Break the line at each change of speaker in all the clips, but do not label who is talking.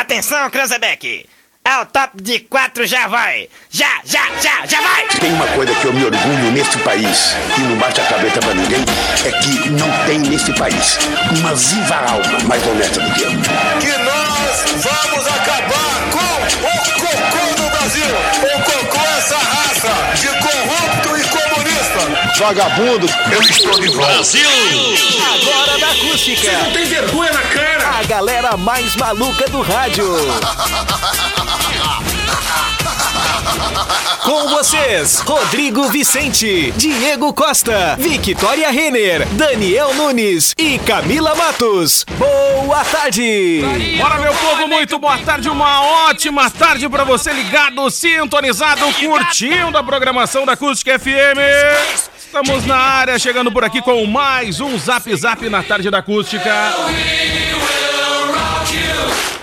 Atenção, Cranzebeck! É o top de quatro, já vai! Já, já, já, já vai!
Tem uma coisa que eu me orgulho neste país e não bate a cabeça pra ninguém, é que não tem neste país uma viva alma mais honesta do que eu.
que nós vamos acabar com o cocô do Brasil. O cocô é essa raça de corrupto e comunista.
Vagabundo, eu estou de volta.
Agora na acústica.
Tem vergonha na cara.
A galera mais maluca do rádio. Com vocês, Rodrigo Vicente, Diego Costa, Victoria Renner, Daniel Nunes e Camila Matos. Boa tarde!
Bora, meu povo, muito boa tarde, uma ótima tarde pra você ligado, sintonizado, curtindo a programação da Acústica FM. Estamos na área, chegando por aqui com mais um Zap Zap na tarde da Acústica.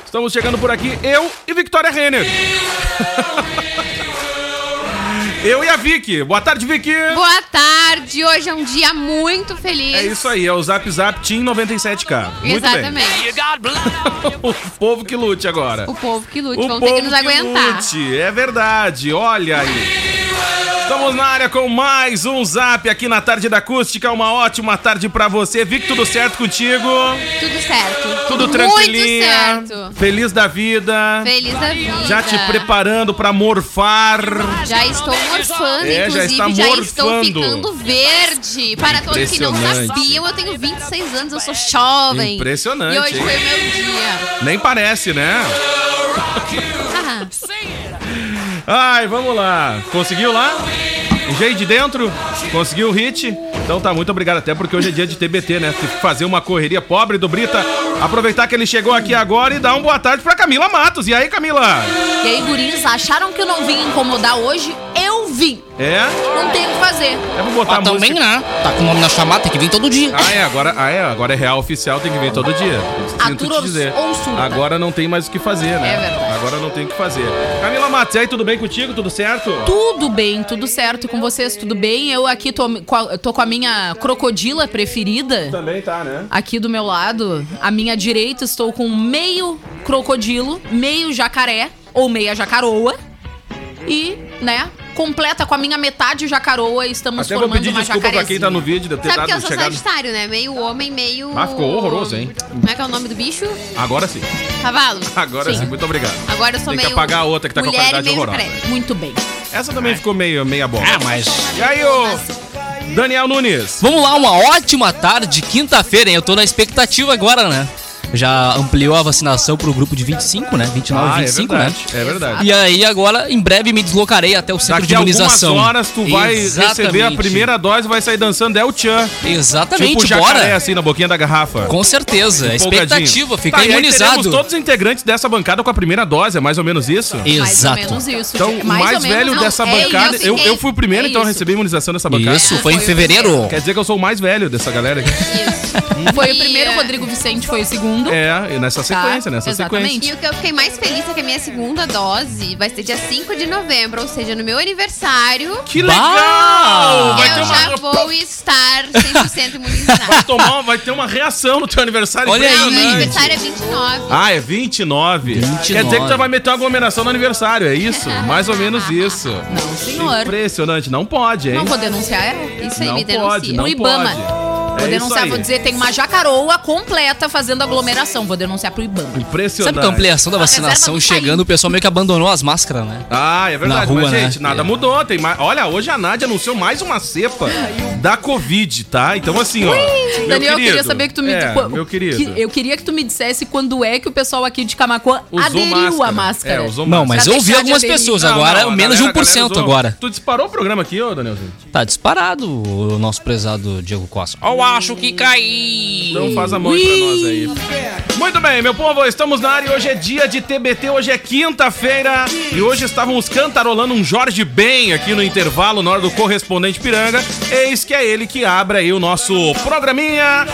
Estamos chegando por aqui, eu e Victoria Renner. Eu e a Vicky. Boa tarde, Vicky.
Boa tarde, hoje é um dia muito feliz.
É isso aí, é o Zap Zap Team 97K. Muito bem.
Exatamente.
O povo que lute agora.
O povo que lute, vão ter que nos aguentar.
lute, é verdade, olha aí. Estamos na área com mais um Zap aqui na Tarde da Acústica. Uma ótima tarde pra você. Vic, tudo certo contigo?
Tudo certo.
Tudo
Muito
tranquilinha?
certo.
Feliz da vida?
Feliz da vida.
Já te preparando pra morfar?
Já estou morfando,
É, já
inclusive,
está
já estou
morfando.
ficando verde. Para todos que não
Impressionante.
sabiam, eu tenho 26 anos, eu sou jovem.
Impressionante,
E hoje
hein?
foi o meu dia.
Nem parece, né?
Ah,
Ai, vamos lá. Conseguiu lá? Engenho de dentro? Conseguiu o hit? Então tá, muito obrigado. Até porque hoje é dia de TBT, né? Tive que fazer uma correria pobre do Brita. Aproveitar que ele chegou aqui agora e dar uma boa tarde pra Camila Matos. E aí, Camila?
E aí, guris, acharam que eu não vim incomodar hoje? Eu vim.
É?
Não tem o que fazer.
Eu vou botar
Ah,
a música.
também, né? Tá com o nome na chamada, tem que vir todo dia.
Ah, é, agora, ah, é, agora é real oficial, tem que vir todo dia. Sinto
Atura
te
ou-
dizer.
ou surda.
Agora não tem mais o que fazer, né?
É verdade.
Agora não tem o que fazer. Camila Matos, e aí, tudo bem contigo? Tudo certo?
Tudo bem, tudo certo E com vocês, tudo bem? Eu aqui tô com a, tô com a minha crocodila preferida.
Também tá, né?
Aqui do meu lado, à minha direita, estou com meio crocodilo, meio jacaré, ou meia jacaroa. E, né, completa com a minha metade jacaroa, estamos
Até vou
formando
pedir
uma
desculpa pra quem tá no
jacarezinha.
vídeo de eu ter
sabe que eu
dado
sou
chegado.
sagitário, né? Meio homem, meio...
Ah, ficou horroroso, hein?
Como é que é o nome do bicho?
Agora sim.
Cavalo.
Agora sim,
Sim.
muito obrigado.
Agora eu sou
Tem que
meio.
apagar a outra que tá com a
mulher e
qualidade
meio
horrorosa.
jacaré.
Muito bem.
Essa também ficou meio meia bola.
Ah, mas.
E aí, ô Daniel Nunes?
Vamos lá, uma ótima tarde, quinta-feira, hein? Eu tô na expectativa agora, né? Já ampliou a vacinação pro grupo de 25, né? 29,
Ah, é
25, né?
verdade. É verdade.
E aí, agora, em breve, me deslocarei até o centro
Daqui
de
a algumas
imunização.
horas tu vai receber a primeira dose e vai sair dançando El Chan.
Exatamente,
Tipo
bora.
jacaré, assim, na boquinha da garrafa.
Com certeza, a
Empolgadinho.
expectativa, ficar
Tá, e aí teremos
imunizado.
todos os integrantes dessa bancada com a primeira dose, é mais ou menos isso?
Mais
Exato.
ou menos isso.
Então,
gente.
o mais,
ou menos,
velho
não,
dessa
é
bancada.
isso,
eu, eu
é-
fui o primeiro,
é
então, eu
isso.
recebi a imunização dessa bancada.
Isso, foi em
foi o
fevereiro.
Quer dizer que eu sou o mais velho dessa galera aqui.
Foi o primeiro, Rodrigo Vicente foi o segundo.
É, e nessa
Tá,
sequência, nessa
exatamente.
sequência.
E o que eu fiquei mais feliz é que a minha segunda dose vai ser dia 5 de novembro, ou seja, no meu aniversário.
Que
Bah!
legal! Vai ter
eu já
uma
vou estar 100%
Vai,
imunizada.
tomar, vai ter uma reação no teu aniversário.
Olha aí,
Não, meu
né?
impressionante.
aniversário é 29.
Ah, é 29. Quer dizer que tu vai meter uma aglomeração no aniversário, é isso? Mais ou menos isso.
Não, senhor.
Impressionante, não pode, hein?
Não vou denunciar ela.
Isso aí,
Não
me denuncia.
pode, não
Pro Ibama.
pode.
Vou
É isso
denunciar,
aí.
vou dizer, tem uma jacaroa completa fazendo aglomeração. Vou denunciar pro Ibama.
Impressionante.
Sabe que a ampliação da
reserva
vacinação
do
chegando, o pessoal meio que abandonou as máscaras, né?
Ah, é verdade,
Na
mas
rua, né?
gente, nada
É.
mudou. Tem mais... Olha, hoje a Nádia anunciou mais uma cepa da Covid, tá? Então assim, ó. meu
Daniel, eu queria
querido,
saber que tu me.
é,
qu-
meu querido.
que- eu queria que tu me dissesse quando é que o pessoal aqui de Camacuã aderiu à máscara.
É, usou
Não,
máscara.
mas
Pra
eu ouvi
deixar de
algumas
aderir.
pessoas
Não,
agora,
não, a galera-
menos
a
de
galera
1%
usou.
agora.
Tu disparou o programa aqui, ô, Danielzinho?
Tá disparado o nosso prezado Diego Costa. Eu acho que caí.
Então faz a mão aí pra nós aí. Muito bem, meu povo, estamos na área. e Hoje é dia de TBT, hoje é quinta-feira. E hoje estávamos cantarolando um Jorge Ben aqui no intervalo, na hora do correspondente Piranga. Eis que é ele que abre aí o nosso programinha.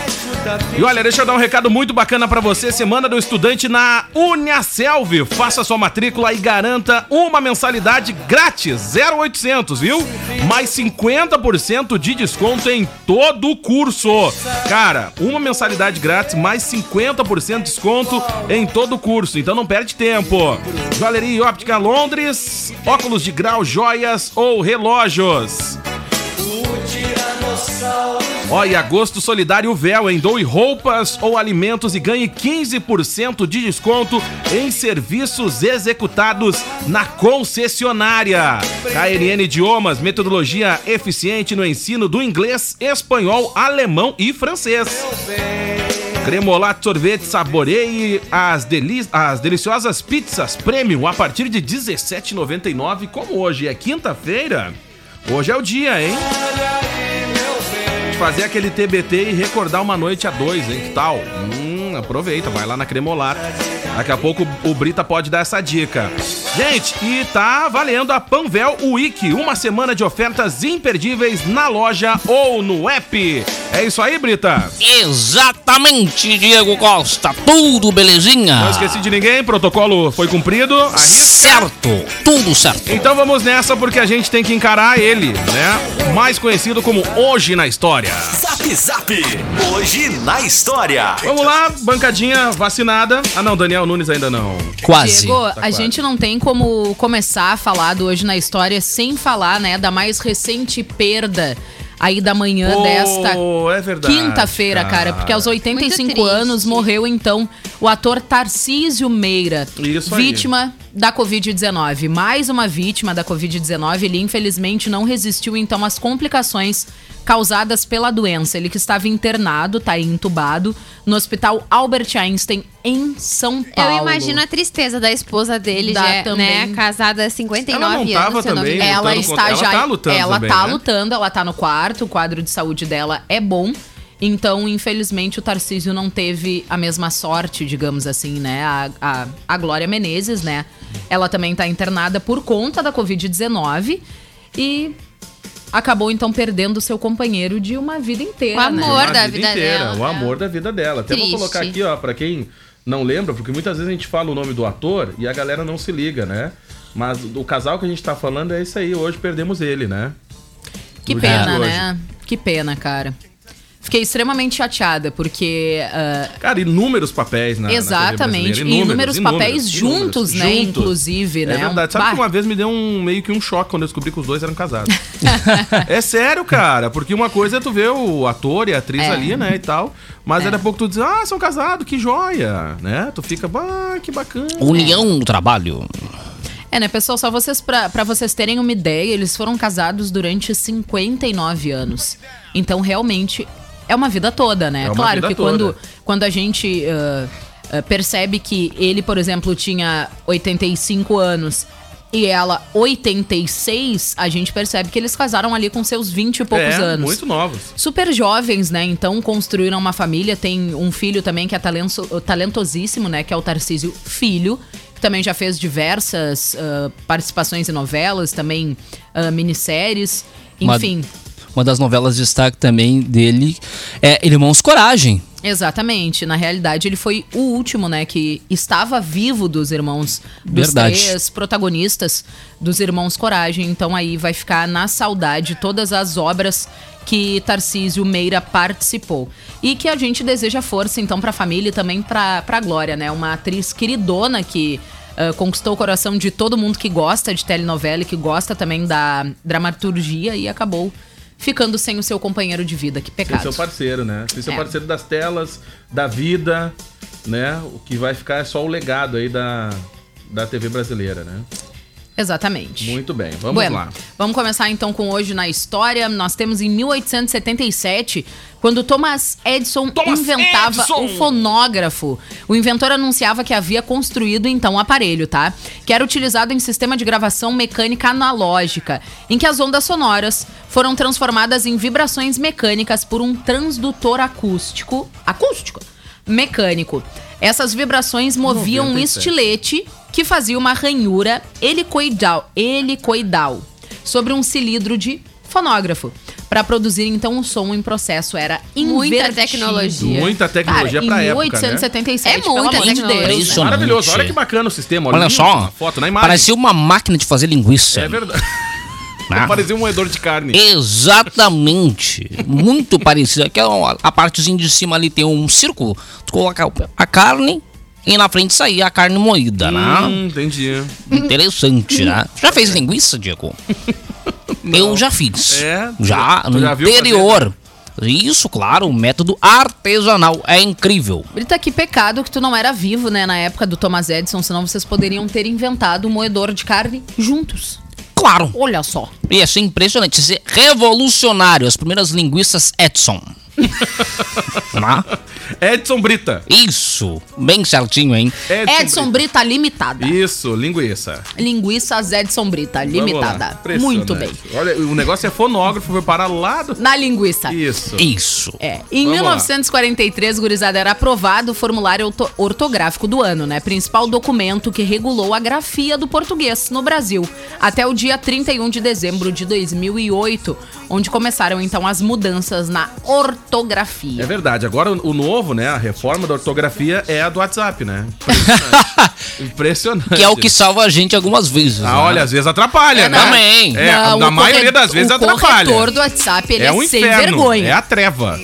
E olha, deixa eu dar um recado muito bacana pra você. Semana do Estudante na Uniaselv. Faça sua matrícula e garanta uma mensalidade grátis, 0800, viu? mais 50% de desconto em todo o curso. Cara, uma mensalidade grátis, mais 50% de desconto em todo o curso. Então não perde tempo. Joalheria e Óptica Londres, óculos de grau, joias ou relógios. Ó, e agosto solidário véu, hein? Doe roupas ou alimentos e ganhe 15% de desconto em serviços executados na concessionária. KNN Idiomas, metodologia eficiente no ensino do inglês, espanhol, alemão e francês. Cremolato Sorvete, saboreie as, deli as deliciosas pizzas premium a partir de R$17,99. Como hoje é quinta-feira, hoje é o dia, hein? fazer aquele TBT e recordar uma noite a dois, hein? Que tal? Hum, aproveita, vai lá na Cremolato. Daqui a pouco o Brita pode dar essa dica. Gente, e tá valendo a Panvel Week, uma semana de ofertas imperdíveis na loja ou no app. É isso aí, Brita?
Exatamente, Diego Costa. Tudo belezinha?
Não esqueci de ninguém, protocolo foi cumprido. Arrisca.
Certo, tudo certo.
Então vamos nessa porque a gente tem que encarar ele, né? Mais conhecido como Hoje na História.
Zap Zap. Hoje na história.
Vamos lá, bancadinha vacinada. Ah não, Daniel Nunes ainda não.
Quase.
Diego, a
quase.
gente não tem como começar a falar do Hoje na História sem falar, né, da mais recente perda aí da manhã
Oh,
desta
é verdade,
quinta-feira, cara.
cara.
Porque aos 85
Muito
anos
triste.
morreu, então, o ator Tarcísio Meira,
Isso aí.
vítima da Covid-19. Mais uma vítima da Covid-19, ele infelizmente não resistiu, então, às complicações causadas pela doença. Ele que estava internado, tá aí entubado, no Hospital Albert Einstein, em São Paulo.
Eu imagino a tristeza da esposa dele,
Dá
já,
também.
né? Casada há 59
Ela não tava
anos, se eu não me
também,
engano.
Ela
lutando
está
contra- ela
já.
tá lutando
ela
também,
tá
né?
lutando, ela tá no quarto, o quadro de saúde dela é bom. Então, infelizmente, o Tarcísio não teve a mesma sorte, digamos assim, né? A, a, a Glória Menezes, né? Ela também tá internada por conta da Covid-19 e acabou então perdendo seu companheiro de uma vida inteira.
O amor.
Né?
A
da vida dela,
O
né?
amor da vida dela. Até
Triste.
vou colocar aqui, ó, pra quem não lembra, porque muitas vezes a gente fala o nome do ator e a galera não se liga, né? Mas o casal que a gente tá falando é isso aí, hoje perdemos ele, né?
Que
No
pena,
dia de hoje.
né? Que pena, cara. Fiquei extremamente chateada, porque ah,
Cara, inúmeros papéis, né?
Exatamente. E inúmeros papéis juntos, né? Inclusive, né?
É verdade. Sabe
Bah.
que uma vez me deu um meio que um choque quando eu descobri que os dois eram casados. é sério, cara. Porque uma coisa é tu ver o ator e a atriz
É.
ali, né? E tal. Mas daqui a pouco tu diz, ah, são casados, que joia. Né? Tu fica, bah, que bacana.
União do Trabalho.
É, né, pessoal? Só vocês, pra, pra vocês terem uma ideia, eles foram casados durante 59 anos. Então, realmente, é uma vida toda, né?
É uma
claro
vida
que
toda.
quando, quando a gente ah, ah, percebe que ele, por exemplo, tinha 85 anos e ela 86, a gente percebe que eles casaram ali com seus 20 e poucos
é,
anos
muito novos.
super jovens, né? Então construíram uma família. Tem um filho também que é talento- talentosíssimo, né? Que é o Tarcísio Filho, que também já fez diversas ah, participações em novelas, também ah, minisséries,
Uma-
enfim.
Uma das novelas de destaque também dele é Irmãos Coragem.
Exatamente. Na realidade, ele foi o último, né, que estava vivo dos irmãos dos
Verdade.
três protagonistas dos irmãos Coragem. Então aí vai ficar na saudade todas as obras que Tarcísio Meira participou. E que a gente deseja força então para a família e também para para Glória, né? Uma atriz queridona que ah, conquistou o coração de todo mundo que gosta de telenovela e que gosta também da dramaturgia e acabou ficando sem o seu companheiro de vida. Que
Ser
pecado.
seu parceiro, né? Ser seu
É.
parceiro das telas, da vida, né? O que vai ficar é só o legado aí da, da TV brasileira, né?
Exatamente.
Muito bem, vamos
Bueno,
lá.
Vamos começar então com hoje na história. Nós temos em 1877, quando Thomas Edison inventava o fonógrafo. O inventor anunciava que havia construído então o aparelho, tá? Que era utilizado em sistema de gravação mecânica analógica, em que as ondas sonoras foram transformadas em vibrações mecânicas por um transdutor acústico, acústico, mecânico. Essas vibrações moviam um
97.
estilete que fazia uma ranhura helicoidal, helicoidal sobre um cilindro de fonógrafo. Para produzir então o som em processo era
Muita
invertido.
tecnologia.
Muita tecnologia
Cara,
pra
em
época, né?
1877,
É muita
pelo amor de
tecnologia.
Deus, né?
Impressionante.
Maravilhoso, olha que bacana o sistema.
Olha
ali,
só,
na Foto na imagem.
um-
parecia uma máquina de fazer linguiça.
É verdade.
Ah.
Parecia um moedor de carne.
Exatamente. Muito parecido. Aqui é uma- a partezinha de cima ali tem um círculo. Tu coloca a carne e na frente sair a carne moída, né?
Hum, entendi.
Interessante, né? Já fez linguiça, Diego? Eu já fiz.
É? Tu
já,
já- tu
no
já viu
interior. Isso, claro, um método artesanal. É incrível.
Brita, que pecado que tu não era vivo, né, na época do Thomas Edison, senão vocês poderiam ter inventado o moedor de carne juntos.
Claro.
Olha só.
E achei impressionante, isso é revolucionário. As primeiras linguiças Edson. Né?
Edson Brita.
Isso, bem certinho, hein?
Edson Brita limitada.
Isso, linguiça.
Linguiças Edson Brita
Vamos
limitada.
lá.
Muito bem.
Impressionante. Olha, o negócio é fonógrafo, foi parar lá do...
Na linguiça.
Isso.
Isso.
É, em
Vamos lá.
1943, gurizada, era aprovado o formulário orto- ortográfico do ano, né? Principal documento que regulou a grafia do português no Brasil, até o dia 31 de dezembro de 2008, onde começaram então as mudanças na
É
ortografia.
verdade. Agora o novo, né? A reforma da ortografia é a do WhatsApp, né? Impressionante.
Que é o que salva a gente algumas vezes. né?
Ah, olha, às vezes atrapalha,
É,
né?
também.
É,
Não,
na
o
maioria
corre-
das vezes
O corretor
atrapalha.
do WhatsApp, ele é,
É um
sem
inferno.
vergonha.
É a treva.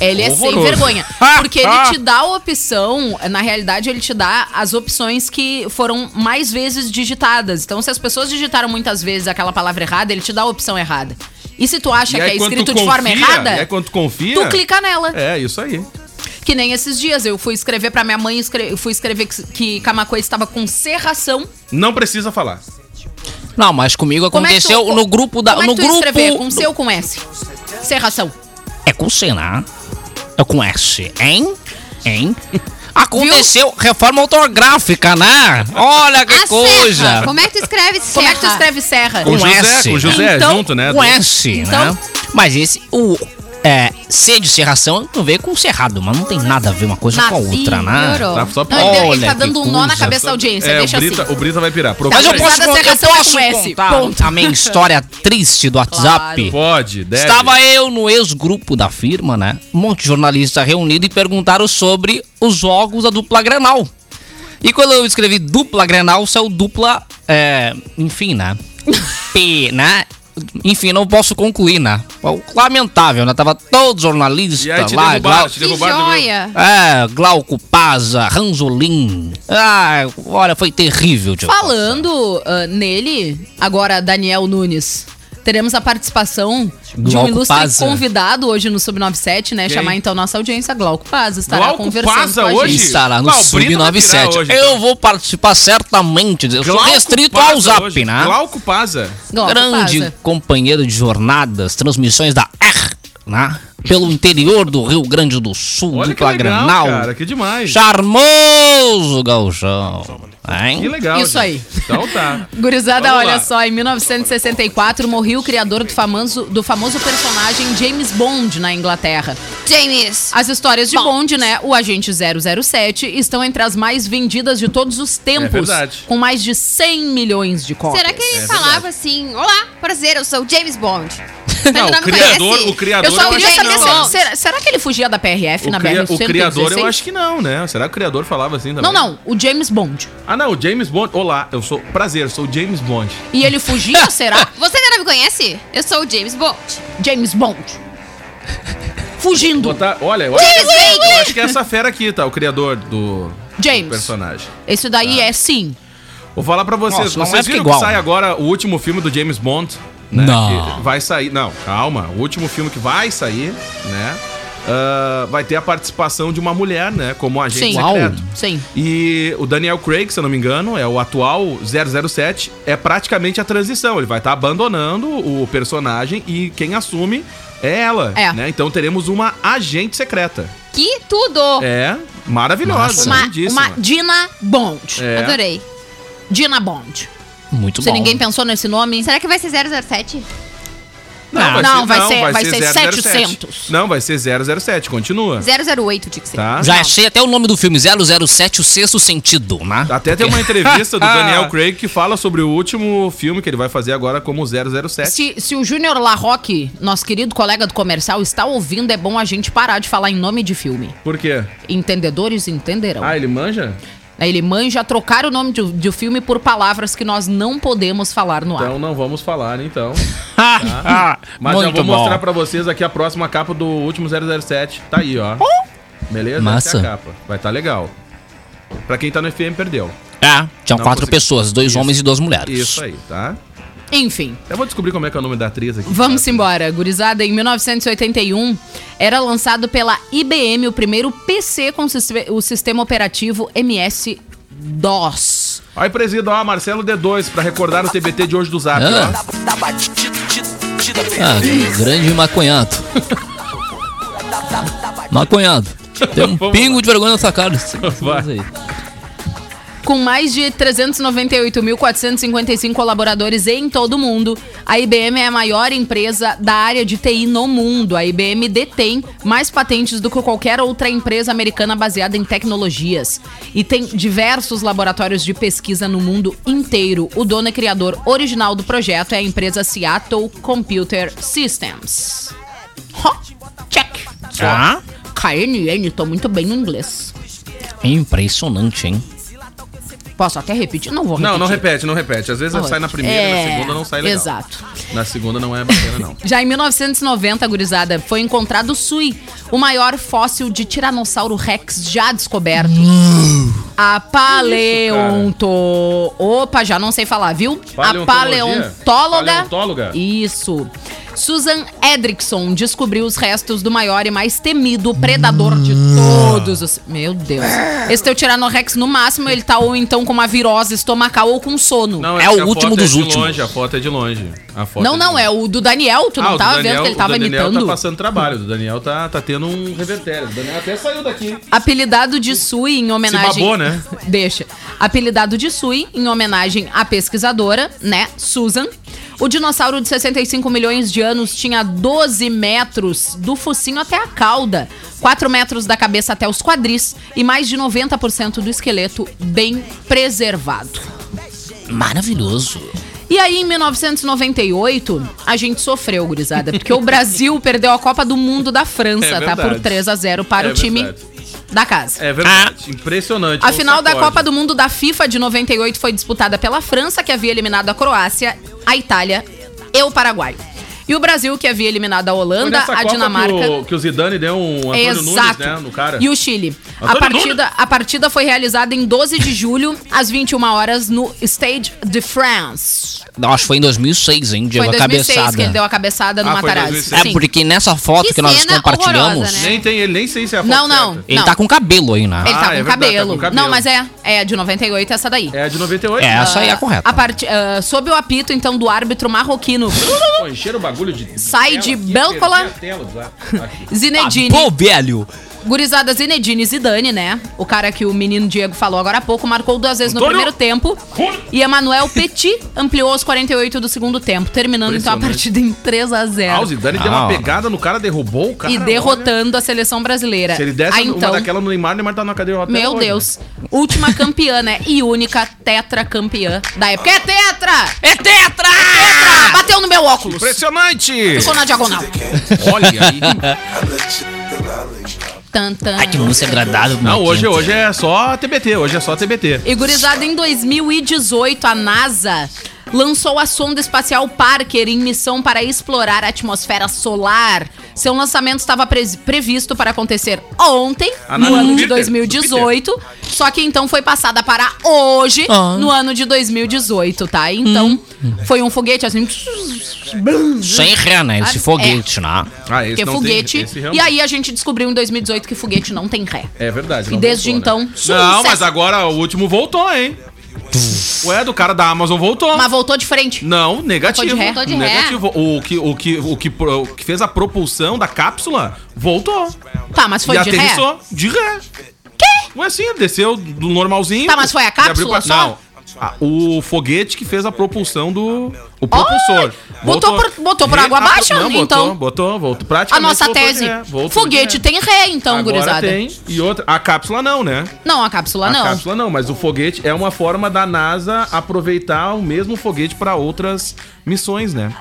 Ele é sem
Horroroso. Ah.
vergonha. Porque ele te dá a opção, na realidade, ele te dá as opções que foram mais vezes digitadas. Então, se as pessoas digitaram muitas vezes aquela palavra errada, ele te dá a opção errada. E se tu acha
E
que
aí
é
quando tu
escrito de forma
confia,
errada,
e aí quando tu confia-
tu clica nela.
É, isso aí.
Que nem esses dias. Eu fui escrever pra minha mãe, escre- fui escrever que, que Camacoa estava com serração.
Não precisa falar.
Não, mas comigo
Como é que
aconteceu
tu-
no grupo da.
Como é que
no
tu
grupo.
escrever? Com C ou com S? Serração.
É com C, né? É com S, hein? Hein? Aconteceu reforma ortográfica, né? Olha
Ah,
que
A
coisa!
Serra. Como é que tu escreve serra?
Como é que tu escreve serra?
Com José, com José junto, né?
Com S,
Então-
né? Mas esse, o é, C de serração, tu vê com cerrado, mas não tem nada a ver uma coisa
Na
com a outra, né?
piorou.
Tá, só
Não, ele- ele
Olha
tá
que
dando um nó na
coisa.
cabeça da audiência,
É, o,
deixa
Brita,
assim.
o Brita vai pirar. Procura
Mas eu
aí.
posso,
Precisar da
con- eu
serração é
posso
com S,
contar
ponto.
a minha história triste do WhatsApp.
Pode, deve.
Estava eu no ex-grupo da firma, né? Um monte de jornalistas reunido e perguntaram sobre os jogos da dupla Grenal. E quando eu escrevi dupla Grenal, saiu dupla. É, enfim, né? P, né? Enfim, não posso concluir, né? Lamentável, né? Tava todo
E aí
jornalista
te
lá.
derrubaram,
Glau-
te
Que
derrubaram. do meu-
joia.
é, Glauco Paza, Ranzolin. Ah, olha, foi terrível, tio.
Falando ah, nele, agora Daniel Nunes. Teremos a participação de um
Glauco né?
ilustre
Pazza.
convidado hoje no Sub97, né? Chamar então nossa audiência, Glauco Paz. Estará
Glauco
conversando
Pazza
com a
hoje?
gente.
Estará no
Ah, o Brito vai virar
Sub97.
hoje, então.
eu vou participar certamente. Eu sou
Glauco
restrito
Paza
ao Zap,
hoje.
né?
Glauco Paza.
Glauco é.
Grande
Pazza.
companheiro de jornadas, transmissões da R, né? Pelo interior do Rio Grande do Sul,
Olha que
dupla
legal,
Granal.
cara. Que demais.
Charmoso, Galchão. Hein?
Que legal.
Isso
gente.
aí.
Então tá.
Gurizada,
Vamos
olha
lá.
só, em 1964 morreu o criador do famoso, do famoso personagem James Bond na Inglaterra.
James.
As histórias de
Bom.
Bond, né? O Agente 007 estão entre as mais vendidas de todos os tempos.
É verdade.
Com mais de 100 milhões de cópias.
Ah, Será que ele falava assim: Olá, prazer, eu sou o James Bond?
Não,
Tá, meu
o
nome
criador-
conhece?
o criador
Eu
Eu
sou o
queria
James
saber, se-
Bond.
será, será que ele fugia da PRF
O,
na
cria-
BR-116?
o criador eu acho que não, né? Será que o criador falava assim também?
Não, não, o James Bond.
Ah, não, o James Bond. Olá, eu sou. Prazer, eu sou o James Bond.
E ele fugia, será?
Você ainda não me conhece? Eu sou o James Bond.
James Bond. Fugindo.
Botar, olha, eu acho,
James
eu acho que é essa fera aqui, tá? O criador do, do
James.
personagem.
Isso
Ah.
daí é sim.
Vou falar pra vocês.
Nossa, não é
vocês
porque
viram
igual.
que sai agora o último filme do James Bond? Né?
Não.
Que vai sair. Não, calma. O último filme que vai sair, né? ah, vai ter a participação de uma mulher, né? Como agente
Sim.
Uau.
secreto.
Sim.
E o Daniel Craig, se eu não me engano, é o atual 007, é praticamente a transição. Ele vai estar abandonando o personagem e quem assume é ela.
É.
né? Então teremos uma agente secreta.
Que tudo!
É maravilhosa,
Nossa.
Uma,
lindíssima.
uma Dina Bond.
É.
Adorei.
Dina Bond.
Muito
Se
bom.
ninguém pensou nesse nome.
Será que vai ser 007?
Não, não, vai ser- vai ser 700.
Não, vai ser 007, continua.
008 tinha que ser.
Tá?
Já é. achei até o nome do filme 007, o sexto sentido, né?
Até tem um- uma entrevista do Daniel Craig que fala sobre o último filme que ele vai fazer agora como 007.
Se, se o Júnior Larroque, nosso querido colega do comercial, está ouvindo, é bom a gente parar de falar em nome de filme.
Por quê?
Entendedores entenderão.
Ah, ele manja?
Aí ele, mãe, já trocaram o nome de, de um filme por palavras que nós não podemos falar no ar.
Então não vamos falar, então.
Ah,
Mas
Muito
já vou
bom.
mostrar pra vocês aqui a próxima capa do último 007. Tá aí, ó. Beleza?
Massa.
Essa é a capa. Vai tá legal. Pra quem tá no FM, perdeu.
É, tinham
Não
quatro
consegui.
pessoas, dois
Isso.
homens e duas mulheres.
Isso aí, tá?
Enfim.
Eu vou descobrir como é que é o nome da atriz aqui.
Vamos embora, gurizada. Em 1981, era lançado pela IBM o primeiro PC com siste- o sistema operativo MS-DOS.
Aí, presida, ó, Marcelo D2, pra recordar o TBT de hoje do Zap,
Ah.
ó.
Ah, grande maconhado. maconhado. Tem um
Vamos
pingo de vergonha nessa cara. Vai.
Com mais de 398.455 colaboradores em todo o mundo, a IBM é a maior empresa da área de TI no mundo. A IBM detém mais patentes do que qualquer outra empresa americana baseada em tecnologias. E tem diversos laboratórios de pesquisa no mundo inteiro. O dono e criador original do projeto é a empresa Seattle Computer Systems. Ho, check.
Ah,
KNN, tô muito bem no inglês.
É impressionante, hein?
Posso até repetir? Não vou repetir.
Não, não repete, não repete. Às vezes
Não
sai na
repete.
primeira, na
É,
segunda não sai legal.
Exato.
Na segunda não é bacana, não.
Já em 1990, gurizada, foi encontrado o Sui, o maior fóssil de Tiranossauro Rex já descoberto.
Uh.
A paleonto... Opa, já não sei falar, viu? A
Paleontologia?
paleontóloga...
Paleontóloga?
Isso. Susan Edrickson descobriu os restos do maior e mais temido predador de
Hum.
todos os... Meu Deus. Esse teu Tiranorrex, no máximo, ele tá ou então com uma virose estomacal ou com sono.
Não,
É
que
o
a
último
foto
dos
de
últimos.
longe, a foto é de longe. A foto
Não,
de
não,
longe.
é o do Daniel. Tu
Ah,
não
o
tava
Daniel-
vendo que ele tava
o Daniel
imitando?
tá passando trabalho. O Daniel tá, tá tendo um revertério. O Daniel até saiu daqui.
Apelidado de Sui em homenagem.
babou, né?
Deixa. Apelidado de Sui em homenagem à pesquisadora, né? Susan. O dinossauro de 65 milhões de anos tinha 12 metros do focinho até a cauda, 4 metros da cabeça até os quadris e mais de 90% do esqueleto bem preservado.
Maravilhoso.
E aí, em 1998, a gente sofreu, gurizada, porque o Brasil perdeu a Copa do Mundo da França,
É
tá? Por
verdade.
3 a 0 para
É
o time
verdade.
da casa.
É verdade. Impressionante.
Ah. A final da Copa do Mundo da FIFA de 98 foi disputada pela França, que havia eliminado a Croácia, a Itália e o Paraguai. E o Brasil, que havia eliminado a Holanda, a Dinamarca.
Que o, que o Zidane deu um Antônio Nunes,
Exato.
né, no cara.
E o Chile. A
Antônio
partida, a partida foi realizada em 12 de julho, às 21 horas, no Stage de France.
Não, acho que foi em 2006, hein?
Foi
Diego,
em
a
2006
cabeçada.
que ele deu a cabeçada no
Ah, foi
Matarazzo.
2006.
É, porque nessa foto
Que
que, nós
cena
compartilhamos,
horrorosa, né?
Nem tem ele, nem sei se é a foto
Não, não.
certa.
ele tá com cabelo aí, né?
Ele
Ah,
tá, com
é verdade,
cabelo.
tá com cabelo.
Não, mas é. É, de 98 é essa daí.
É a de 98.
É, essa aí é a correta.
A parti- ah, sob o apito, então, do árbitro marroquino
Pô, encheram o bagulho de... de
Sai
tela
de
aqui,
Bélcola.
perdi a tela do zap. Aqui.
Zinedine.
Ah, Pô, velho!
Gurizada Zinedine Zidane, né? O cara que o menino Diego falou agora há pouco, marcou duas vezes no
Antônio!
primeiro tempo. E Emanuel Petit ampliou aos 48 do segundo tempo, terminando então a partida em 3 a 0
Ah, o Zidane deu uma
Ah.
pegada no cara, derrubou o cara.
e derrotando a seleção brasileira.
olha. Se ele desse
Ah, então,
uma daquela no Neymar, o Neymar tá na cadeira até
meu
hoje, né?
Deus. Última campeã, né? E única tetracampeã da época. É tetra! É tetra! tetra! Bateu no meu óculos.
Impressionante!
Ficou na diagonal.
Olha aí.
Tan, tan.
Ai, que música agradável.
Não, hoje,
Marquinhos.
hoje é só TBT, hoje é só TBT.
E gurizada, em 2018, a NASA lançou a sonda espacial Parker em missão para explorar a atmosfera solar. Seu lançamento estava pres- previsto para acontecer ontem,
Ah,
no
não,
ano de
Júpiter,
2018, só que então foi passada para hoje,
Ah.
no ano de 2018, tá? Então, foi um foguete assim,
Sem ré, né? Esse
Ah,
foguete, né?
Ah, esse
que é
não tem-
foguete.
esse realmente-
e aí a gente descobriu em 2018 que foguete não tem ré.
É verdade.
E desde então,
Não,
sucesso.
mas agora o último voltou, hein? Ué, do cara da Amazon voltou.
Mas voltou de frente.
Não, negativo.
Voltou de ré. Voltou
de ré.
negativo. O que, o, que, o, que, o que fez a propulsão da cápsula voltou.
Tá, mas foi
e
de ré.
aterrissou de ré. Quê? Ué, sim, desceu do normalzinho.
Tá, mas foi a
e abriu
cápsula
pra- Não.
só?
Ah, o foguete que fez a propulsão do. O propulsor.
Botou por- botou por água
Ré-
abaixo,
Não, botou,
então?
botou, voltou.
A
Praticamente
nossa
voltou de
tese.
ré, voltou de
Foguete
ré.
tem ré, então,
Agora
gurizada.
tem. E outra. A cápsula não, né?
Não, a cápsula
a
não.
cápsula não, mas o foguete é uma forma da NASA aproveitar o mesmo foguete para outras missões, né?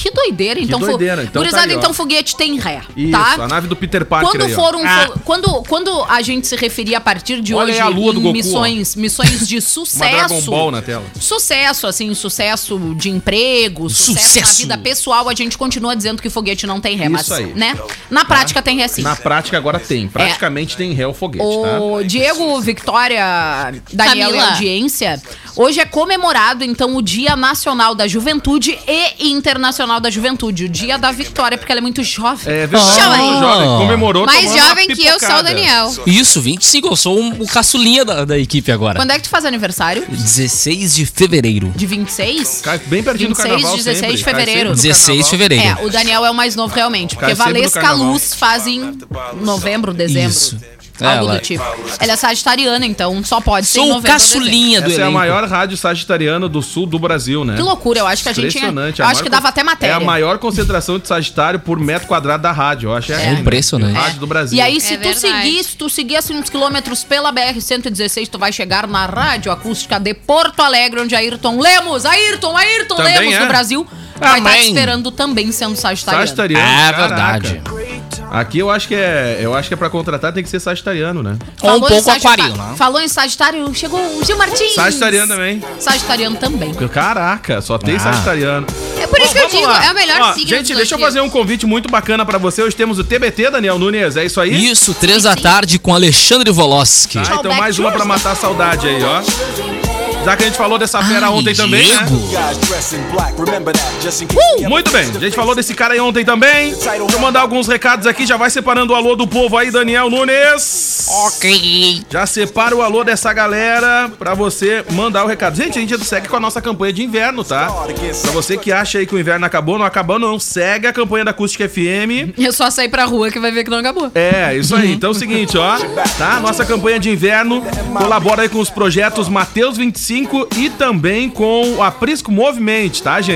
Que doideira, então. fo-
doideira, então tá
Gurizada,
aí, ó.
então foguete tem ré,
Isso,
tá?
a nave do Peter Parker
Quando
aí, ó.
for um
Ah.
fo- quando quando a gente se referir a partir de
Olha aí
hoje
a lua do
em
Goku, ó.
missões, missões de
Uma Dragon
sucesso.
Ball na tela.
Sucesso, assim, sucesso de emprego, sucesso,
Sucesso.
na vida pessoal, a gente continua dizendo que foguete não tem ré,
Isso
mas,
aí. Então, tá.
né? Na prática tem ré sim.
Na prática agora
É.
tem. Praticamente tem réu foguete, tá?
O Diego Victória Daniela e
Camila.
audiência. Hoje é comemorado, então, o Dia Nacional da Juventude e Internacional da Juventude. O Dia da Vitória, porque ela é muito jovem.
É verdade.
Chama
o
aí.
jovem comemorou
Mais
tomando uma
jovem que eu, só o
pipocada.
Daniel.
Isso, 25, eu sou um- o caçulinha da, da equipe agora.
Quando é que tu faz aniversário?
16 de fevereiro.
De 26?
Cai bem pertinho do
26,
carnaval
16
sempre,
de
cai sempre
fevereiro.
no
16 de
carnaval.
fevereiro.
É, o Daniel é o mais novo realmente.
Cara,
Porque
sempre do
Valesca
carnaval.
Luz faz em novembro, dezembro.
Isso.
Algo
Ela-
do tipo. Ela é sagitariana, então só pode ser em
Sou o
novembro, dezembro.
caçulinha do
Essa é a
elenco.
maior rádio sagitariana do sul do Brasil, né?
Que loucura, eu acho que a gente tinha.
Impressionante.
Eu
a
acho
maior
que dava
con-
até matéria.
É a maior concentração de sagitário por metro quadrado da rádio. Eu acho
É impressionante.
Rádio do Brasil.
E aí, se
É
tu
verdade.
seguir, se tu seguir assim uns quilômetros pela BR-116, tu vai chegar na Rádio Acústica de Porto Alegre, onde Ayrton Lemos, Ayrton, Ayrton
Também
Lemos
é.
do Brasil, vai estar te
Amém.
esperando também sendo sagitariano.
Sagitariano.
É
caraca.
verdade.
Aqui eu acho que é, eu acho que é para contratar tem que ser sagitariano, né?
Ou um
em
pouco
sagita-
aquarino, né?
Falou em Sagitário, chegou o Gil Martins.
Sagitariano também.
Sagitariano também.
Caraca, só tem
Ah.
sagitariano.
É por isso que eu
vamos
digo,
lá.
é o melhor
Ó,
signo
Gente,
dos
deixa eu
dois
fazer um convite muito bacana pra você. Hoje temos o TBT, Daniel Nunes, é isso aí?
Isso, 3 da tarde com Alexandre Voloski.
Ah, então
Back
mais
to
uma
yours.
pra matar a saudade aí, ó. Já que a gente falou dessa fera
Ai,
ontem também, né?
Diego.
Uh, Muito bem, a gente falou desse cara aí ontem também. Deixa eu mandar alguns recados aqui, já vai separando o alô do povo aí, Daniel Nunes.
Ok.
Já separa o alô dessa galera pra você mandar o recado. Gente, a gente segue com a nossa campanha de inverno, tá? Pra você que acha aí que o inverno acabou, não acabou, não. Segue a campanha da Acústica FM.
Eu só sair pra rua que vai ver que não acabou.
É, isso aí. Então é o seguinte, ó, tá? Nossa campanha de inverno colabora aí com os projetos Mateus 25 e também com o Aprisco Movimento, tá, gente?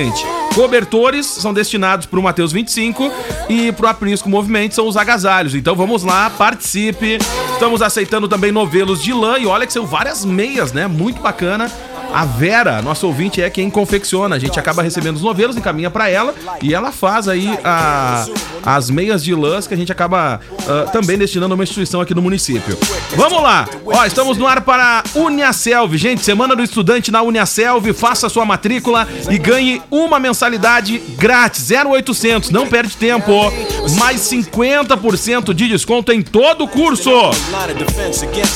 Cobertores são destinados pro Mateus 25 e pro Aprisco Movimento são os agasalhos. Então vamos lá, participe. Estamos aceitando também novelos de lã e olha que são várias meias, né? Muito bacana. A Vera, nossa ouvinte, é quem confecciona. A gente acaba recebendo os novelos, encaminha pra ela e ela faz aí a- as meias de lãs que a gente acaba ah, também destinando a uma instituição aqui no município. Vamos lá! Ó, estamos no ar para a Uniaselv. Gente, Semana do Estudante na Uniaselv. Faça sua matrícula e ganhe uma mensalidade grátis. 0800, não perde tempo. Mais 50% de desconto em todo o curso.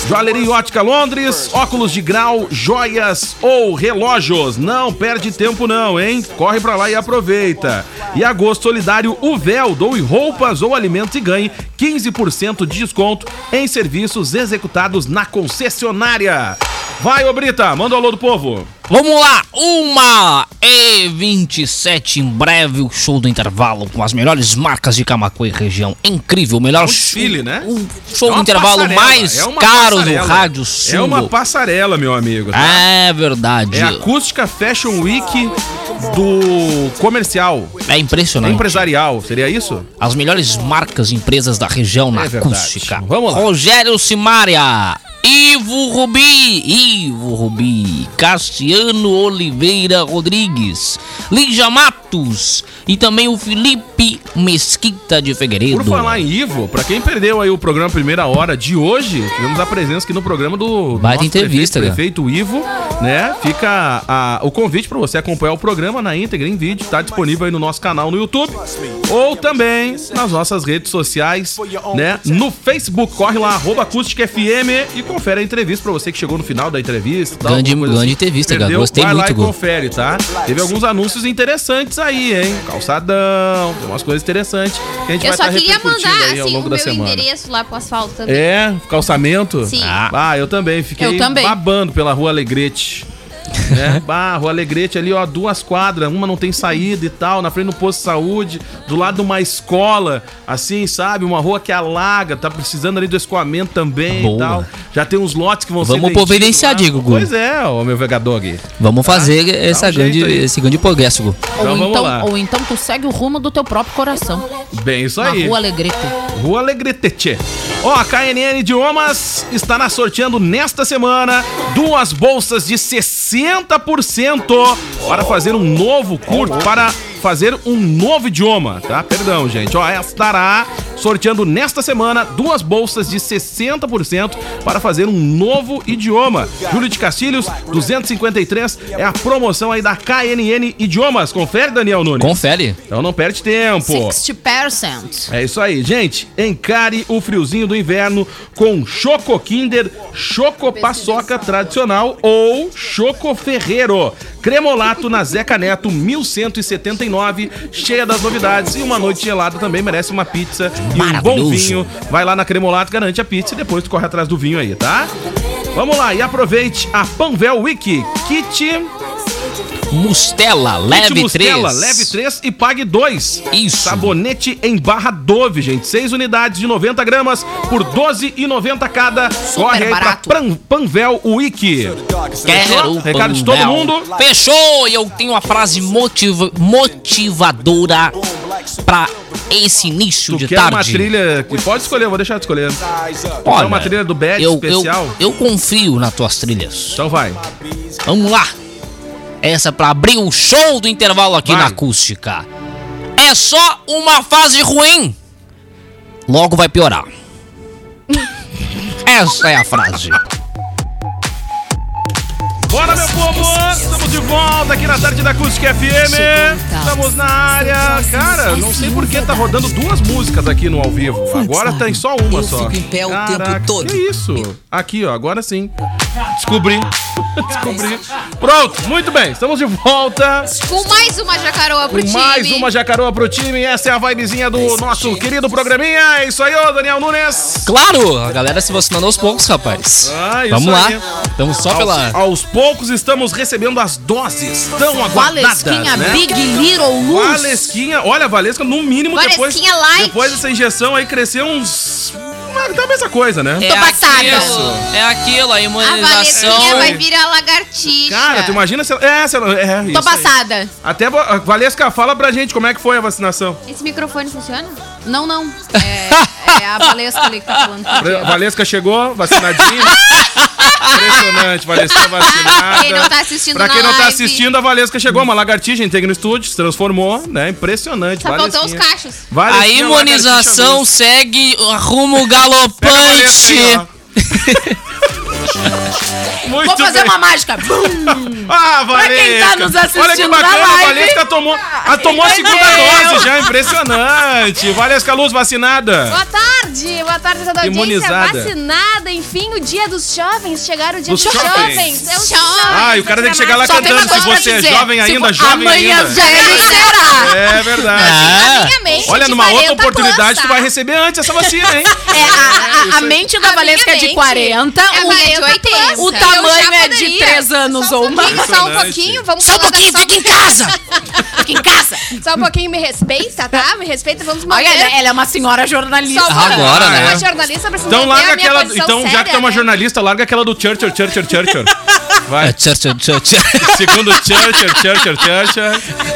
Joalheria e Ótica Londres, óculos de grau, joias ou relógios. Não perde tempo não, hein? Corre pra lá e aproveita. E agosto solidário, o véu, doe roupas ou alimentos e ganhe 15% de desconto em serviços executados na concessionária. Vai, ô Brita, manda o alô do povo. Um
Vamos lá, uma e 27 em breve o show do intervalo com as melhores marcas de Camacuã e região. Incrível, o melhor
desfile,
show,
né?
O um show
É
do
uma
intervalo
passarela,
mais
é uma
caro do
passarela.
rádio sul.
É uma passarela, meu amigo. tá?
É verdade.
É a Acústica Fashion Week do comercial,
É impressionante.
empresarial, seria isso?
As melhores marcas e empresas da região na
É verdade.
acústica.
Vamos lá.
Rogério Simária, Ivo Rubi, Ivo Rubi, Cassiano Oliveira Rodrigues, Lígia Matos e também o Felipe Mesquita de Figueiredo.
Por falar em Ivo, pra quem perdeu aí o programa Primeira Hora de hoje, tivemos a presença aqui no programa do
Baita
nosso
entrevista, cara.
prefeito, prefeito Ivo, né? Fica a- o convite pra você acompanhar o programa na íntegra em vídeo, tá disponível aí no nosso canal no YouTube ou também nas nossas redes sociais, né? No Facebook, corre lá arroba Acústica FM e confere a entrevista pra você que chegou no final da entrevista, e tal,
Grande-
alguma coisa assim.
grande entrevista, cara.
Perdeu?
Gostei
Vai lá
muito,
e
Gu.
confere, tá? Teve alguns anúncios interessantes aí, hein? Calçadão, tem umas coisas interessantes que a gente
Eu
vai
só
estar
queria
repercutindo
mandar,
aí ao
assim,
longo
o
da
meu
semana.
endereço lá pro asfalto também.
É, calçamento?
Sim.
Ah, Ah, eu também. Fiquei
Eu também.
babando pela Rua Alegrete. né? Bah, Rua Alegrete ali, ó, duas quadras, uma não tem saída e tal, na frente do posto de saúde, do lado de uma escola, assim, sabe? Uma rua que alaga, tá precisando ali do escoamento também e
Boa.
tal. Já tem uns lotes que vão
Vamos
vendidos
providenciar,
lá.
Diego Gu.
Pois é, ó, meu vegadog.
Vamos fazer essa
um
grande,
jeito aí.
esse grande progresso. Gu.
Então
ou,
vamos
então,
lá.
ou então tu segue o rumo do teu próprio coração.
Bem, isso
Na
aí.
rua Alegrete.
Rua Alegretete. Ó, a KNN Idiomas estará sorteando nesta semana duas
Tá
bolsas de 60% para fazer um novo curso, para fazer um novo idioma, tá? Perdão, gente. Ó, estará sorteando nesta semana duas bolsas de 60% para fazer um novo idioma. Júlio de Castilhos, 253, é a promoção aí da KNN Idiomas. Confere, Daniel Nunes.
Confere.
Então não perde tempo.
60%.
É isso aí, gente. Encare o friozinho do inverno com Choco Kinder, Choco Paçoca tradicional ou Choco Ferreiro. Cremolato na Zeca Neto 1179, cheia das novidades e uma noite gelada também merece uma pizza e um bom
Maravilhoso.
vinho. Vai lá na Cremolato, garante a pizza e depois tu corre atrás do vinho aí, tá? Vamos lá e aproveite a Panvel Wiki Kit
Mustela, leve
Mustela,
3.
leve 3 e pague 2.
Isso.
Sabonete em barra Dove, gente. 6 unidades de 90 gramas por 12,90 cada. Corre aí
barato.
pra Pan- Panvel Wiki.
Quero
Fechou? Recado de todo
Panvel.
mundo.
Fechou! E eu tenho uma frase motiv- motivadora pra esse início
Tu
de
quer
tarde.
uma trilha que pode escolher, eu vou deixar de escolher. Tu quer
Olha,
uma trilha do Bad
eu, eu,
especial?
eu confio nas tuas trilhas.
Então vai.
Vamos lá. Essa é pra abrir o show do intervalo aqui
Vai.
na acústica. É só uma fase ruim. Logo vai piorar. Essa é a frase.
Bora, meu povo! Estamos de volta aqui na tarde da Acústica FM. Estamos na área. Cara, não sei por que tá rodando duas músicas aqui no ao vivo. Agora tem só uma só.
fico em pé o tempo todo.
Que isso? Aqui, ó, agora sim. Descobri. Descobri.
é
Pronto, muito bem. Estamos de volta.
Com mais uma jacaroa pro time.
Mais uma jacaroa pro time. Essa é a vibezinha do nosso querido programinha. É isso aí, ô Daniel Nunes.
Claro, a galera se vacinando aos poucos, rapaz.
Ah, isso
Vamos
aí.
lá. Estamos só pela.
Aos, aos poucos estamos recebendo as doses tão aguardadas,
Valesquinha,
né?
Big Little Luz.
Valesquinha, olha, a Valesca, no mínimo depois.
Valesquinha light.
Depois dessa injeção aí cresceu uns. Ah, Tá a mesma coisa, né?
É aquilo, é aquilo, a
A
imunização.
Valetinha vai virar lagartixa.
Cara, tu imagina se ela. É, se ela. É, isso
Tô
aí.
passada.
Até, vo- Valesca, fala pra gente como é que foi a vacinação.
Esse microfone funciona? Não, não. É, é a Valesca ali que tá falando.
Pra- Valesca chegou, vacinadinha. Impressionante, Valesca vacinada.
Quem não tá assistindo
Pra quem
na
não tá
live.
assistindo, a Valesca chegou, uma lagartixa, entregue no estúdio, se transformou, né? Impressionante,
Só faltou os
Valesquinha.
cachos.
Valesquinha,
A imunização
lagartixa,
segue rumo
Pega assim, a Valesca aí,
galopante.
ó. Muito
Vou fazer
bem.
uma mágica. Bum!
Ah,
Pra quem tá nos
Valesca! Olha que
assistindo na
bacana, a
live.
Valesca tomou, a tomou a
Meu
segunda
Deus.
dose já, impressionante. Valesca Luz vacinada.
Boa tarde, boa tarde a toda a audiência.
Imunizada.
Vacinada, enfim, o dia dos jovens. Chegaram o dia
Dos
dos,
jovens.
jovens. É o
Jovens.
Ah, e o cara tem que chegar lá
Só tem uma
cantando se
coisa pra
você é
dizer.
jovem
Se
ainda,
vo-
jovem
Amanhã
ainda.
já é ele será.
É verdade.
Ah,
Minha mente
É. Olha,
de
numa outra
40
oportunidade, tu
plus,
vai
tá?
receber antes essa vacina, hein?
É, a, a- a mente da
minha
Valesca é de
mente
40,
É
o,
uma de 80.
o
Eu
tamanho
já
é de
poderia.
3 anos
Só
ou
um
mais.
pouquinho, só um
Impressionante.
pouquinho. Vamos
Só um
falar da
pouquinho,
saúde.
fica em casa! Fica em casa!
Só um pouquinho me respeita, tá? Me respeita, vamos manter.
Olha, ela, ela é uma senhora jornalista.
Só um pouquinho.
Agora,
Eu sou
né?
Uma jornalista precisa
Então
manter
larga
a minha
aquela,
posição
então já que tu é uma
séria, né?
jornalista, larga aquela do Churchill, Churchill, Churchill.
É,
Vai.
tchau, tchau, tchau, tchau.
Segundo Churchill, Churchill, Churchill.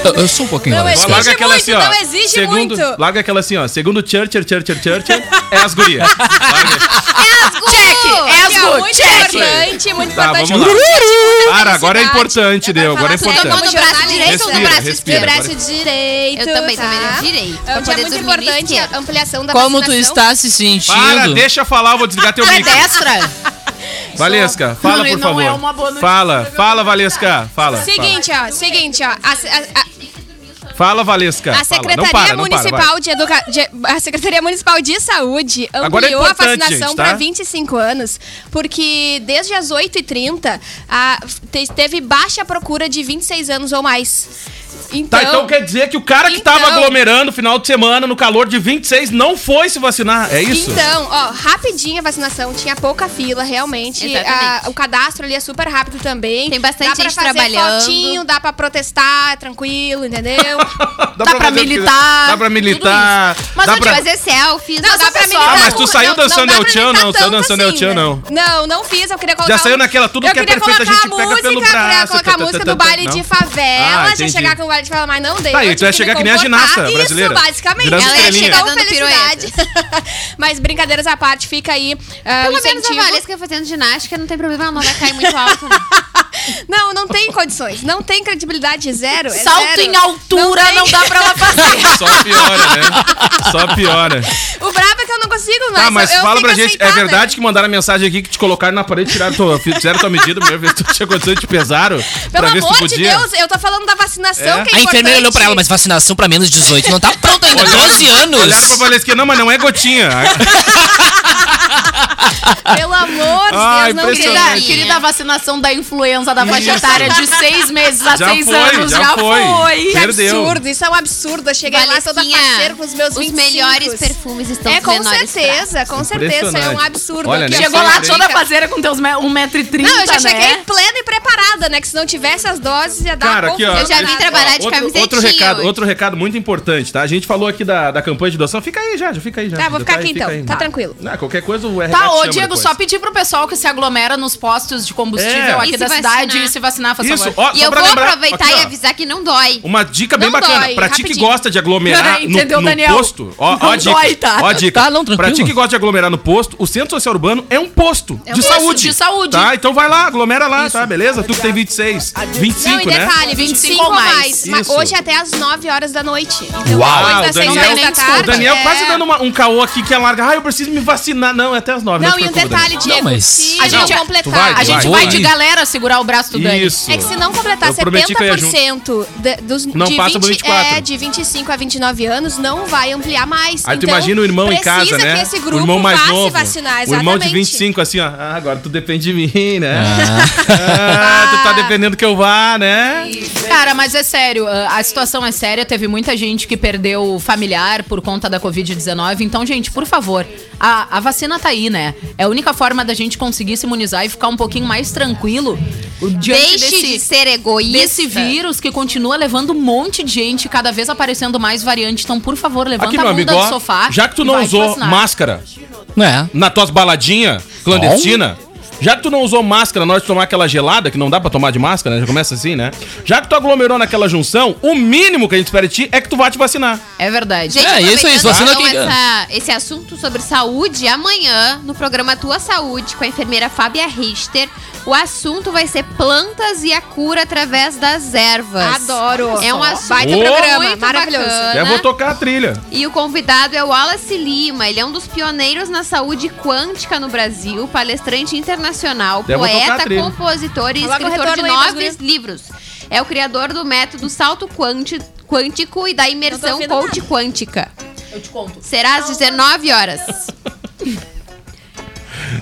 Eu- Eu sou um pouquinho
Não,
mais.
Exige
Larga aquela
muito,
assim, ó.
não exige
segundo,
muito.
Larga aquela assim, ó. Segundo Churchill, Churchill, Churchill, é as gurias.
É
Check!
Aqui, ó,
Esgo,
é Muito
check!
importante, muito
Tá,
importante.
vamos lá. Cara, agora é importante, Deu. Agora é
Tá
falar
importante.
sério,
Então, Toma no braço direito ou no
Respira,
braço
respira,
esquerdo?
agora.
Braço direito.
Eu também, também
tá?
no direito, pra
Ah,
poder
é muito
dormir no
importante
esquerdo.
a ampliação da
Como tu
vacinação.
está se
Para,
sentindo?
deixa eu falar, eu vou desligar teu
Ela é
mic.
destra?
Valesca, fala
Não,
por
não
favor.
é uma boa notícia
fala,
pra mim.
fala, Valesca. Fala. fala.
Seguinte, ó,
é.
seguinte, ó. A, a- a-
Fala, Valesca.
a
fala. É, Não
Secretaria
para, não para,
Municipal
vai.
de Educa... de- A Secretaria Municipal de Saúde
Agora é
ampliou a
importante,
vacinação
gente, tá?
para 25 anos, porque desde as 8h30 a- te- teve baixa procura de 26 anos ou mais. Então,
Tá, então quer dizer que o cara que tava
Então-
aglomerando final de semana no calor de 26 não foi se vacinar. É isso?
Então, ó, rapidinha a vacinação, tinha pouca fila, realmente.
Exatamente.
A- o cadastro ali é super rápido também.
Tem bastante
dá pra
gente
fazer
trabalhando.
Fotinho, dá pra protestar, é tranquilo, entendeu?
dá
pra
fazer o que quiser.
militar,
Dá pra
tudo
militar.
Mas
dá
onde
pra...
Fazer selfie.
Não, dá pra militar.
Ah, mas tu
não-
saiu
não-
dançando
não dá
El
pra
Chan,
militar
não? Saiu
tanto
dançando El
assim,
Chan,
né?
não?
Não, não fiz. Eu queria colocar.
Já saiu
um-
naquela, tudo
eu
que é
queria
perfeito, a
colocar
gente pega
música,
pelo
eu queria
braço, tá,
colocar a
tá,
música
tá,
do baile
não?
de
Ah,
favela, já
entendi.
chegar com o baile de favela, mas não deu.
Tá, e
eu
tu ia
tive
chegar
me
que nem a
comportar.
ginasta brasileira.
Isso, basicamente.
Virando
Ela ia
estrelinha.
chegar com
tá Dando
felicidade. mas brincadeiras à parte, fica aí ah, o
Pelo menos a
incentivo.
Valesca fazendo ginástica não tem problema, não vai cair muito alto. né?
Não, não tem condições. Não tem credibilidade, zero. é
Salto
zero.
em altura não,
tem.
dá pra ela fazer.
Só piora, né? Só piora.
O brabo é que eu não consigo mais.
Tá, mas
eu, eu
fala
fico
pra gente. É
aceitada.
verdade que mandaram a mensagem aqui que te colocaram na parede, tiraram tua, fizeram tua medida, primeira vez que tu tinha condição de te pesaram.
Pelo
pra ver se tu
amor de
podia.
Deus, eu tô falando da vacinação
É.
que é
A enfermeira olhou pra ela, mas
importante.
vacinação pra menos de 18. Não tá pronta ainda, 12 anos.
Olharam pra Valesquinha, não, mas não é gotinha.
Pelo amor de
Ah,
Deus, não
impressionante.
Querida,
queria.
querida, a vacinação da influenza da faixa
Isso.
etária de seis meses a
Já
seis
foi,
anos
já
já,
foi.
foi.
Que
Perdeu.
absurdo, isso é um absurdo. Eu cheguei lá toda
Valequinha,
parceira com os meus 25.
melhores perfumes estão
É,
nos
com
menores
certeza, com certeza. Isso é um
Impressionante.
absurdo.
Olha,
Aqui,
né,
ó,
Chegou
Sim,
lá
sim.
toda fazeira com teus 1,30m,
Não, eu já cheguei
né?
plena e preparada, né? Que se não tivesse as doses, ia dar
Cara,
uma
aqui, ó.
confusão.
Eu já vim
danada.
trabalhar de
outro,
camisetinha.
outro recado,
hoje.
outro recado muito importante, tá? A gente falou aqui da, da campanha de doação. Fica aí já, já fica aí já.
Tá, vou
Já
ficar
aí,
aqui
fica
então.
aí.
Tá tranquilo.
Ah, qualquer coisa o RH
Tá,
te
ô
chama
Diego,
depois.
só pedir pro pessoal que se aglomera nos postos de
É.
combustível
E
aqui
se
da
vacinar.
cidade e se vacinar, faz
Isso,
favor.
ó,
E
só
eu
pra
vou
lembrar.
aproveitar
Aqui,
e
ó.
avisar que não dói.
Uma dica bem
Não
bacana.
dói,
pra ti que
rapidinho.
gosta de aglomerar
Peraí,
no,
entendeu,
no
Daniel?
posto, ó, ó a
Não
dica.
dói, tá?
Ó a dica.
Tá, não,
pra ti
tranquilo.
que gosta de aglomerar no posto, o Centro Social Urbano é um posto
É um
de
posto
saúde.
de saúde.
Tá, então vai lá, aglomera lá, tá? Beleza? Tu que tem 26,
Não,
25,
e
né?
detalhe, 25,
25
ou mais.
mais.
Mas
Isso.
hoje é até às 9 horas da noite. Então,
Uau,
depois
Ah,
das
o
6
Daniel-
horas da tarde.
O Daniel quase
é.
dando uma- um caô aqui que é larga. Ah, eu preciso me vacinar. Não, é até as nove.
Não,
te
e um
preocupa,
detalhe,
Daniel.
Diego.
Não, mas-
Se
A gente-
não
tu
completar.
vai,
A gente
Vai,
vai
vai.
de galera segurar o braço do Dani.
Isso.
É que se não completar
Eu prometi que eu ia
70% de, dos,
Não
de,
passa por
20,
24.
é, de 25 a 29 anos, não vai ampliar mais. Então,
Aí tu imagina o irmão em casa,
precisa
né?
que esse grupo
o irmão mais
vá
novo.
se vacinar,
o
exatamente.
irmão de 25, assim, ó. Ah, agora tu depende de mim, né? Ah, tu tá dependendo que eu vá, né?
Cara, mas é sério, a a situação é séria. Teve muita gente que perdeu o familiar por conta da Covid-19. Então, gente, por favor, a, a vacina tá aí, né? É a única forma da gente conseguir se imunizar e ficar um pouquinho mais tranquilo diante
Deixe
desse,
de ser egoísta.
desse vírus que continua levando um monte de gente, cada vez aparecendo mais variante. Então, por favor, levanta
Aqui,
a
meu amigo,
bunda do
ó,
sofá.
já que tu
e
não
vai te
usou
vacinar.
máscara
É.
na tuas baladinha clandestina, já que tu não usou máscara na hora de tomar aquela gelada, que não dá pra tomar de máscara, né? Já começa assim, né? Já que tu aglomerou naquela junção, o mínimo que a gente espera de ti é que tu vá te vacinar.
É verdade.
Gente,
É, isso aí,
aproveitando,
vacina
então,
quem-
essa- esse assunto sobre saúde, amanhã, no programa Tua Saúde, com a enfermeira Fábia Richter, o assunto vai ser plantas e a cura através das ervas.
Adoro.
É um assunto
Baita
Oh.
programa,
muito
maravilhoso.
bacana.
Já vou tocar a trilha.
E o convidado é o Wallace Lima. Ele é um dos pioneiros na saúde quântica no Brasil, palestrante internacional,
Deve tocar a
poeta,
trilha.
compositor e
Fala com o
escritor de
retorno aí, mas
nove livros. É o criador do método salto quanti- quântico e da imersão
ouvindo
coach quântica.
Eu te conto.
Será às 19 horas.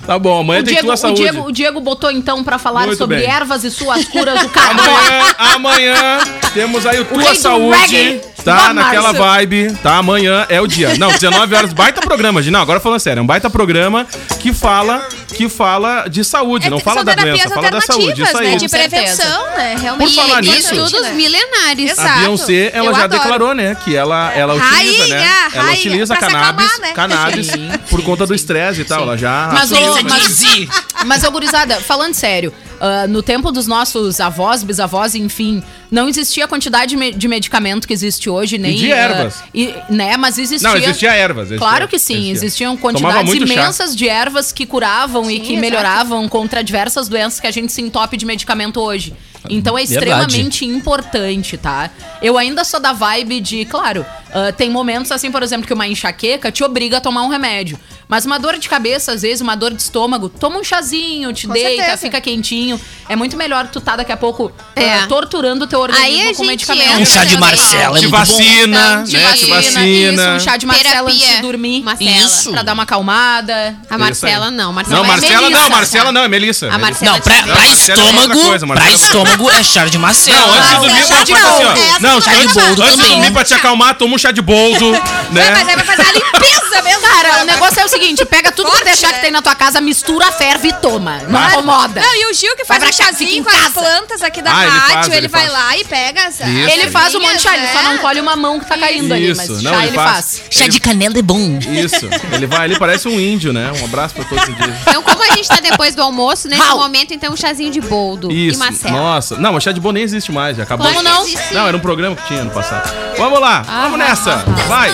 Tá bom, amanhã
O
tem
Diego,
tua
o,
saúde.
Diego, o Diego botou então pra falar
Muito
sobre
bem. Tá
ervas e suas curas do caralho.
Amanhã, amanhã temos aí o Tua
rei do
Saúde.
reggae,
Tá
Bob
naquela
Marley.
vibe, tá? Amanhã é o dia. Não, 19 horas, baita programa, gente. Não, agora falando sério, é um baita programa que fala que fala de saúde, não
É,
fala
são
da
terapias
doença, fala da saúde, isso
alternativas,
aí.
Né? De
Com certeza.
prevenção, né? Realmente. né?
Por falar
e tem
nisso- né?
estudos
né?
milenares.
Exato.
A Beyoncé, ela
Eu
já
adoro.
declarou, né, que ela, ela utiliza,
Rainha,
né? Ela
rainha,
utiliza
pra se
cannabis,
acalmar, né?
cannabis por conta do estresse e tal, ela já
Mas, ô, mas,
Dizzy.
mas, ô, gurizada, falando sério, ah, no tempo dos nossos avós, bisavós, enfim, não existia a quantidade de me- de medicamento que existe hoje, nem.
de
ah,
ervas.
e- né, mas existia.
Não, existia ervas, existia.
claro que sim,
Existia.
existiam
Tomava
quantidades
muito chá.
imensas de ervas que curavam e que
exato.
melhoravam contra diversas doenças que a gente se entope de medicamento hoje.
Ah,
Então é
Verdade.
extremamente importante, tá? Eu ainda sou da vibe de, claro, ah, tem momentos assim, por exemplo, que uma enxaqueca te obriga a tomar um remédio. Mas uma dor de cabeça, às vezes, uma dor de estômago, toma um chazinho, te
Com
deita,
certeza.
fica quentinho. É muito melhor tu tá daqui a pouco ah,
É.
torturando o teu organismo
Aí a
com
gente
medicamento.
entra
Um chá de
também. um
Marcela, é
te
muito bom.
vacina,
Te
né? Te
vacina,
vacina.
isso, um chá de Marcela
Terapia.
antes de dormir.
Marcela.
Isso.
Pra dar uma acalmada.
A Marcela não. Marcela
Não,
é
Marcela
Melissa.
não, Marcela não, é Melissa.
A Marcela
Não, pra,
te-
pra
Marcela é outra
estômago,
coisa, Marcela
pra
é outra
estômago é chá de Marcela.
Não, antes de
Não,
dormir,
é
ela
chá de
faz assim,
boldo,
ó.
essa
Não,
chá de boldo
antes de
também.
dormir, pra te acalmar, toma um chá de boldo,
É, mas aí
né?
vai fazer a limpeza mesmo.
Cara, o negócio é o seguinte: pega tudo quanto é
Forte,
chá
né?
que tem na tua casa, mistura, ferve e toma. Não
Vai.
incomoda.
Não, e o Gil que
Vai
faz
pra
um
cá, fica em
chazinho com as
casa.
plantas aqui da
Ah, ele
rádio,
faz,
ele,
ele
vai
faz.
lá e pega né? as.
Isso.
Ele faz um monte de chá, ele só não
pode.
colhe uma mão que tá caindo ali, mas
Isso,
chá
não,
ele faz.
Chá de canela é bom.
Isso. Ele vai ali, parece um índio, né? Um abraço pra todos os dias.
Então, como a gente tá depois do almoço, nesse
How?
momento, então, um chazinho de boldo e
Isso.
Marcela.
Nossa. Não, mas chá de bolo nem existe mais, já acabou.
Como não? Existe.
Não, era um programa que tinha no passado. Vamos lá, vamos nessa. Vai.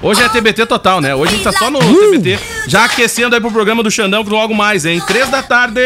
Hoje é TBT total, né? Hoje a gente tá só no TBT. Já aquecendo aí pro programa do Xandão, que logo mais, hein? Três da tarde.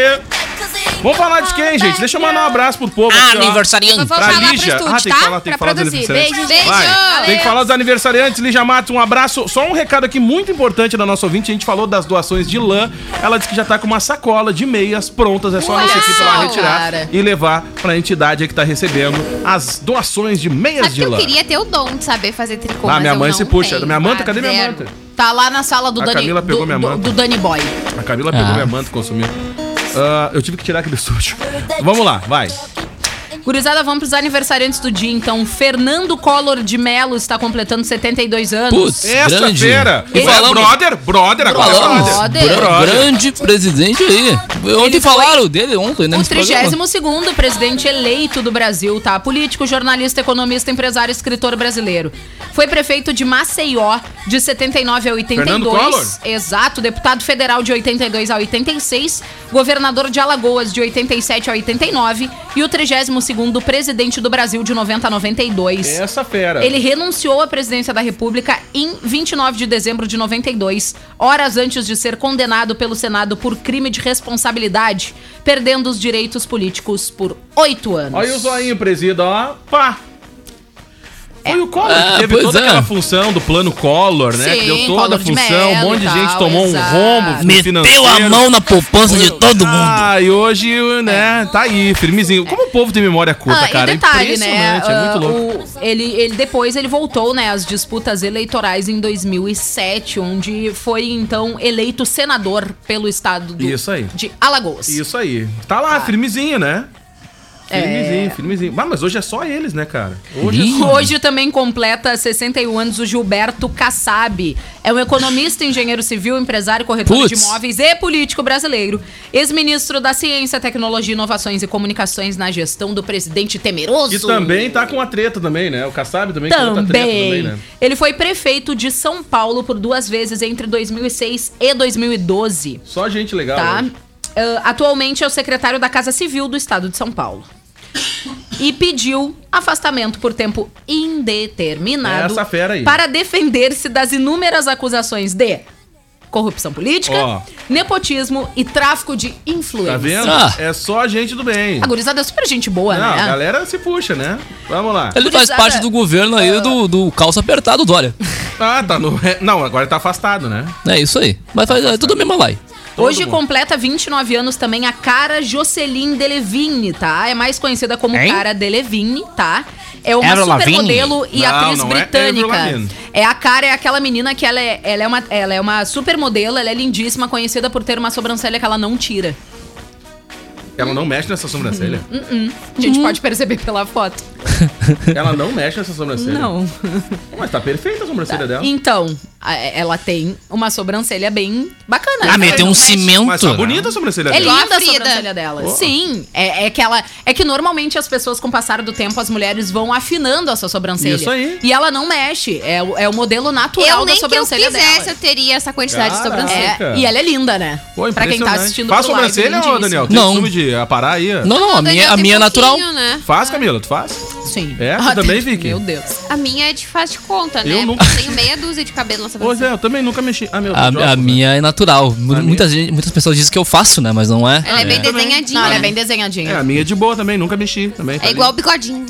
Cause it ain't
Vamos falar de quem, gente? Deixa eu mandar um abraço pro povo. ó.
Aniversariante.
Vou
Pra
falar pro
Lígia.
estúdio,
Ah, tem que
tá?
falar, tem que
Pra
falar dos
produzir.
aniversariantes.
Beijo,
Vai.
gente. Valeu.
Tem que falar dos aniversariantes. Lígia Matos, um abraço. Só um recado aqui muito importante da nossa ouvinte. A gente falou das doações de lã. Ela disse que já tá com uma sacola de meias prontas. É só
Uau,
você ir lá retirar
cara.
e levar pra entidade aí que tá recebendo as doações de meias
Sabe
de
que eu
lã.
queria ter o é dom de saber fazer tricô,
Ah,
mas
minha
eu
mãe é
não
se puxa.
tenho.
Minha manta,
Ah,
cadê minha
zero.
manta?
Tá lá na sala do
A
Dani.
Camila pegou
do,
minha
do-
manta.
do Dani Boy.
A Camila pegou
Ah.
minha manta e consumiu. Ah, eu tive que tirar aquele sujo. Vamos lá, vai.
Gurizada, vamos pros aniversariantes do dia, então. Fernando Collor de Mello está completando 72 anos.
Putz, grande.
Esta-feira.
E
É,
falamos-
Brother, brother, agora é
Falamos,
Brother.
gran- grande presidente aí. Ontem falaram dele, ontem, né?
O
nesse programa.
32 presidente eleito do Brasil, tá? Político, jornalista, economista, empresário, escritor brasileiro. Foi prefeito de Maceió de 79 a 82.
Fernando Collor?
Exato, deputado federal de 82 a 86, governador de Alagoas de 87 a 89 e o 32º presidente do Brasil de 90 a 92.
Essa fera.
Ele renunciou à presidência da República em 29 de dezembro de 92, horas antes de ser condenado pelo Senado por crime de responsabilidade, perdendo os direitos políticos por oito anos.
Olha o zoinho, presida, ó. Pá!
É.
Foi o Collor
Ah,
que teve
pois
toda
é.
aquela função do plano Collor, né? que
Sim,
deu toda
Collor
a
de
função, um
Mello
monte de
e
gente
tal,
tomou um
exato.
rombo no
Meteu a
financeiro.
mão na poupança de todo mundo.
Ah, e hoje, né, tá aí, firmezinho. Como o povo tem memória curta,
Ah,
cara.
e detalhe,
é
né?
impressionante, é
ah,
muito louco.
o- ele, ele depois ele voltou, né, às disputas eleitorais em 2007, onde foi então eleito senador pelo estado do-
Isso aí.
de Alagoas.
Isso aí. Tá lá, firmezinho, né?
Ah. É.
Firmezinho, firmezinho. Ah, mas hoje é só eles, né, cara? Hoje é
Ih,
Hoje também completa 61 anos o Gilberto Kassab. É um economista, engenheiro civil, empresário, corretor
Putz.
de imóveis e político brasileiro. Ex-ministro da Ciência, Tecnologia, Inovações e Comunicações na gestão do presidente temeroso.
E também tá com a treta também, né? O Kassab também, né? que outra treta
Também. Ele foi prefeito de São Paulo por duas vezes entre 2006 e 2012,
Só gente legal.
tá?
hoje.
Ah, atualmente é o secretário da Casa Civil do Estado de São Paulo. E pediu afastamento por tempo indeterminado
É Essa fera aí.
para defender-se das inúmeras acusações de corrupção política,
Ó.
nepotismo e tráfico de influência.
Tá vendo?
Ah.
É só gente do bem.
A gurizada é super gente boa,
Não,
né?
a galera se puxa, né? Vamos lá.
Ele faz
Gurizada,
parte do governo aí do, do calça apertado, Dória.
Ah, tá no. é, Não, agora tá afastado, né?
É isso aí. Mas faz, é tudo mesmo lá.
Todo
Hoje
mundo.
completa 29 anos também a Cara Jocelyn Delevingne, tá? É mais conhecida como
Hein?
Cara Delevingne, tá? É uma
Avril Lavigne?
supermodelo e
Não,
atriz
não é Avril
britânica.
Lavigne.
É, a Cara é aquela menina que ela é, ela é uma, ela é uma supermodelo, ela é lindíssima, conhecida por ter uma sobrancelha que ela não tira.
Ela não mexe nessa sobrancelha.
A gente
Uhum.
pode perceber pela foto.
Ela não mexe nessa sobrancelha.
Não.
Mas tá perfeita a sobrancelha dela.
Então, a- ela tem uma sobrancelha bem bacana.
Ah,
Ela
meteu
não
um
mexe.
cimento.
Mas tá bonita a sobrancelha
É
dela.
linda a
Frida.
sobrancelha dela. Sim, é, é que ela é que normalmente as pessoas com o passar do tempo as mulheres vão afinando a sua sobrancelha.
Isso aí.
E ela não mexe, é, o- é o modelo natural
Eu
da
nem que eu
sobrancelha
quisesse, eu
dela.
teria essa quantidade de
Caraca.
sobrancelha.
Cara.
É, e ela é linda, né?
Pô,
pra quem tá
impressionante.
assistindo
Faz
pro live,
sobrancelha, ô,
lindíssima.
Daniel? Tem
Não.
costume de aparar aí?
Não, não, a minha, a minha é natural.
um Né?
Faz, Camila, tu faz?
Sim.
É, tu
Ah,
também,
tem-
Vicky?
Meu Deus.
A minha é de faz de conta, né?
Eu nunca- é.
Tenho meia dúzia de cabelo na
Ô,
sobrancelha.
Zé, eu também nunca mexi. Ah, meu
A,
Deus.
a minha é natural. Mu- Muitas, gente- muitas pessoas dizem que eu faço, né? Mas não é.
Ela é bem desenhadinha.
Não, ela é bem
É,
desenhadinha.
a minha é de boa também, nunca mexi também. tá
É igual o
ali.
bigodinho.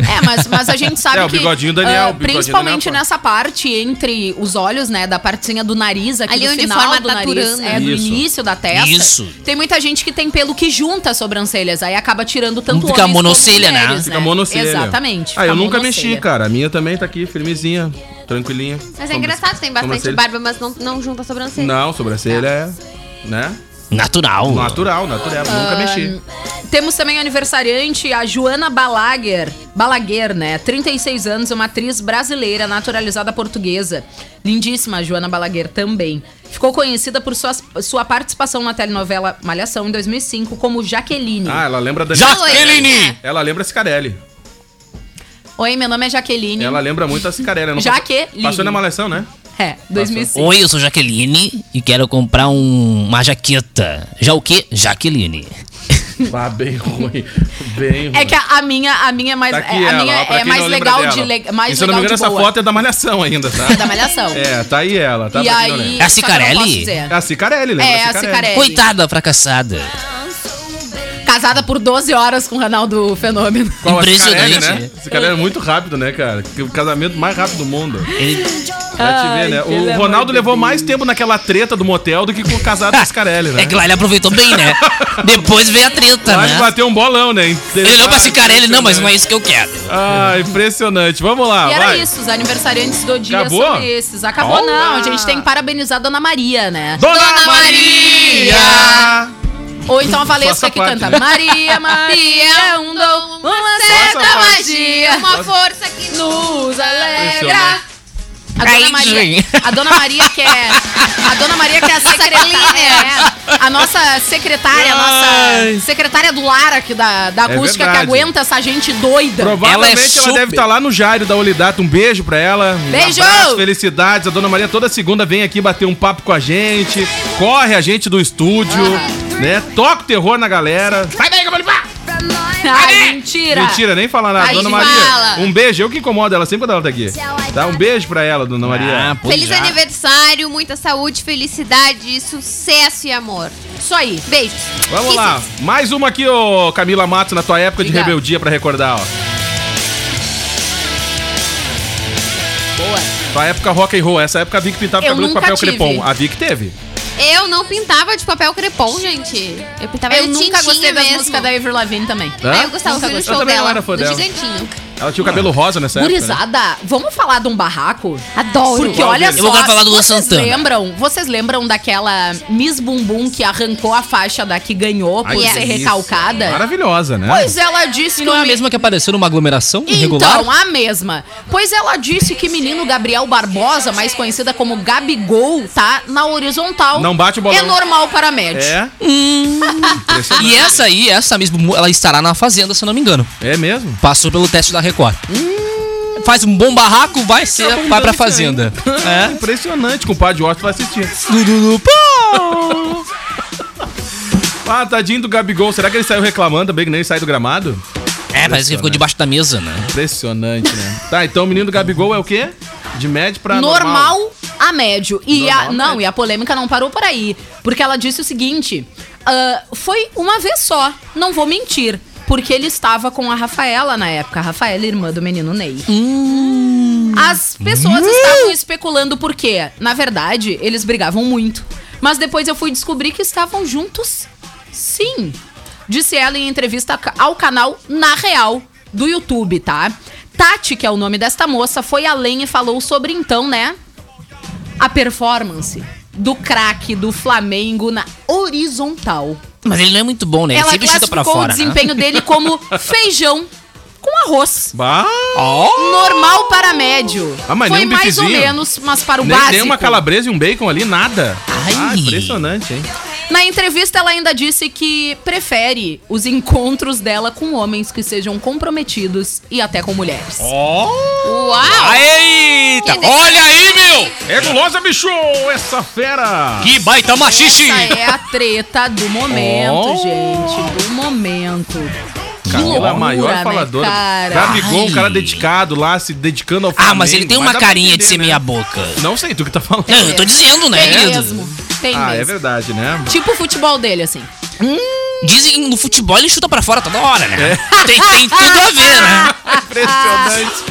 É, mas, mas a gente sabe
É, o
que.
bigodinho Daniel,
ah,
o bigodinho
principalmente
Daniel, pô.
nessa parte entre os olhos, né? Da partezinha do nariz, aqui
Ali
do
onde
final
forma a
do nariz.
taturana.
É, do
Isso.
início da testa.
Isso.
Tem muita gente que tem pelo que junta as sobrancelhas. Aí acaba tirando tanto
Fica
homens quanto
monocelha, né?
mulheres,
Fica monocelha.
Exatamente.
Ah,
fica
eu nunca
monocelha.
mexi, cara. A minha também tá aqui, firmezinha, tranquilinha.
Mas é
Sobran-
engraçado, tem bastante
sobrancelha.
barba, mas não, não junta a sobrancelha.
Não, sobrancelha é. Né?
Natural.
Natural, natural. Nunca
Ah.
mexi.
Temos também aniversariante a Joana Balaguer, Balaguer, né? 36 anos, uma atriz brasileira naturalizada portuguesa. Lindíssima a Joana Balaguer também. Ficou conhecida por sua, sua participação na telenovela Malhação em 2005 como Jaqueline.
Ah, ela lembra da.
Jaqueline!
Ela lembra a Cicarelli.
Oi, meu nome é Jaqueline.
Ela lembra muito a Cicarelli. Não
Jaqueline.
Passou na malhação, né?
É, 2005.
Oi, eu sou Jaqueline e quero comprar um- uma jaqueta. Já o quê? Jaqueline.
Ah, bem ruim. Bem ruim.
É que a, a minha, a minha é mais,
um Tá aqui
é, a
ela,
minha
ó, pra
é
quem
mais
não lembra
legal
dela.
de le, mais
E se eu não me
legal
engano,
de
essa
boa.
foto é da malhação ainda, tá?
É da Malhação.
É, tá aí ela, tá?
e
Pra quem não
aí,
lembra.
É a
só que eu não
Cicarelli?
posso dizer.
É a Cicarelli, lembra?
É, a Cicarelli.
Coitada fracassada.
casada por 12 horas com o Ronaldo Fenômeno.
Qual, esse
Impressionante.
Carelli, né? Esse cara é muito rápido, né, cara? Que O casamento mais rápido do mundo.
Ele-
Pra te ver, né?
Ai, é pelo
O Ronaldo
amor de
levou mais tempo naquela treta do motel do que com o casado com o Scarelli, né?
É que lá ele aproveitou bem, né? Depois veio a treta,
Lá ele
né?
bateu um bolão, né?
Ele olhou pra Cicarelli, não, mas não é isso que eu quero.
Ah, impressionante. Vamos lá,
E era
Ah, vai.
isso, os aniversariantes do dia
Acabou?
são esses. Acabou
Olá.
não, a gente tem que parabenizar a Dona Maria, né?
Dona,
Dona
Maria!
Ou então a Valesca
Faça
que
parte,
canta
né?
Maria, Maria, é um dom, uma
certa
certa
parte.
magia.
Uma força que
Nos alegra.
Impressionante.
A
Aí,
dona, Maria,
gente.
a dona Maria que é a dona Maria que é a secretária, é, a nossa secretária, a
Ai.
nossa secretária do lar aqui da, da
É
acústica que
verdade.
super. aguenta essa gente doida.
Provavelmente
Ela
ela,
é super.
deve estar lá no Jairo da Olidato. Um beijo pra ela. Um
Beijo!
abraço, felicidades. A Dona Maria toda segunda vem aqui bater um papo com a gente. Corre a gente do estúdio,
Ah,
né? Toca o terror na galera. Sai daí, Gabriel!
Ai, mentira.
Mentira, nem falar nada.
Ai,
Dona
gente,
Maria,
fala.
um beijo. Eu que incomodo ela sempre quando ela tá aqui. Dá um beijo pra ela, Dona Maria.
Ah, pois
Feliz
já.
aniversário, muita saúde, felicidade, sucesso e amor.
Isso aí.
Beijo.
Vamos lá. Mais uma aqui, ô Camila Matos, na tua época de
Obrigada.
rebeldia pra recordar, ó.
Boa.
Tua época rock and roll. Essa época a Vic pintava
Eu
cabelo com
nunca
papel
tive.
crepom. A Vic teve.
Eu não pintava de papel crepom, gente. Eu pintava
Eu
de
nunca
tintinha
gostei das
mesmo.
músicas da Avril Lavigne também.
Hã?
Aí eu gostava
Nunca
de ver o
gostei.
show
Eu também não
dela,
era fã
do
dela.
gigantinho.
Ela tinha o cabelo rosa nessa época. né?
Ah. Gurizada, vamos falar de um barraco?
Adoro.
Porque olha
Eu
só,
vou falar do Luan
vocês
Santana.
lembram? Vocês lembram daquela Miss Bumbum que arrancou a faixa da que ganhou por
Ai, que
ser
delícia.
recalcada?
Maravilhosa, né?
Pois ela disse que
E não é a
o me-
mesma que apareceu numa aglomeração irregular?
Então, a mesma. Pois ela disse que menino Gabriel Barbosa, mais conhecida como Gabigol, tá na horizontal.
Não bate o bolão.
É normal para médio.
É.
Hum.
E essa aí, essa mesmo, ela estará na Fazenda, se eu não me engano.
É mesmo?
Passou pelo teste da Record. Faz um bom barraco,
Tá
vai ser, vai pra Fazenda.
É. Impressionante, compadre Otto vai assistir.
Dudu, pô!
Ah, tadinho do Gabigol. Será que ele saiu reclamando também que nem ele sai do gramado?
É, parece que ficou debaixo da mesa, né?
Impressionante, né? tá, então o menino do Gabigol é o quê? De médio pra normal.
normal, a médio. E
Normal
a,
a
não,
médio.
e a polêmica não parou por aí. Porque ela disse o seguinte: ah, foi uma vez só, não vou mentir. Porque ele estava com a Rafaela na época, a Rafaela, irmã do menino Ney. As pessoas estavam especulando por quê. Na verdade, eles brigavam muito. Mas depois eu fui descobrir que estavam juntos, sim. Disse ela em entrevista ca- ao canal Na Real, do YouTube, tá? Tati, que é o nome desta moça, foi além e falou sobre então, né? A performance do craque do Flamengo na horizontal.
Mas ele não é muito bom, né? Ele
ela
sempre chuta pra
classificou o
fora. Né?
desempenho dele como feijão com arroz.
Bah,
Ó!
Normal para médio.
Ah, mas
Foi
nem um
mais ou
bifezinho?
menos, mas para o
nem,
básico.
nem uma calabresa e um bacon ali, nada.
Ai.
Ah, impressionante, hein?
Na entrevista, ela ainda disse que prefere os encontros dela com homens que sejam comprometidos e até com mulheres.
Uau!
Eita!
Que
Olha aí, meu!
É gulosa, bicho! Essa fera!
Que baita machixe!
Essa é a treta do momento,
Oh.
gente. Do momento. Que
Camila, é a maior
né,
faladora.
cara?
Gabigol, um
Ai.
cara dedicado lá, se dedicando ao
Ah, mas ele tem
Mas
uma
dá pra
carinha de
entender,
ser
né?
meia boca.
Não sei tu que tá falando.
Não, eu tô dizendo, né,
Tem
querido?
É mesmo. Tem
Ah, é
mesmo.
verdade, né?
Tipo o futebol dele, assim.
Dizem que no futebol ele chuta pra fora toda hora,
É.
né? Tem, tem tudo a ver, né?
Impressionante.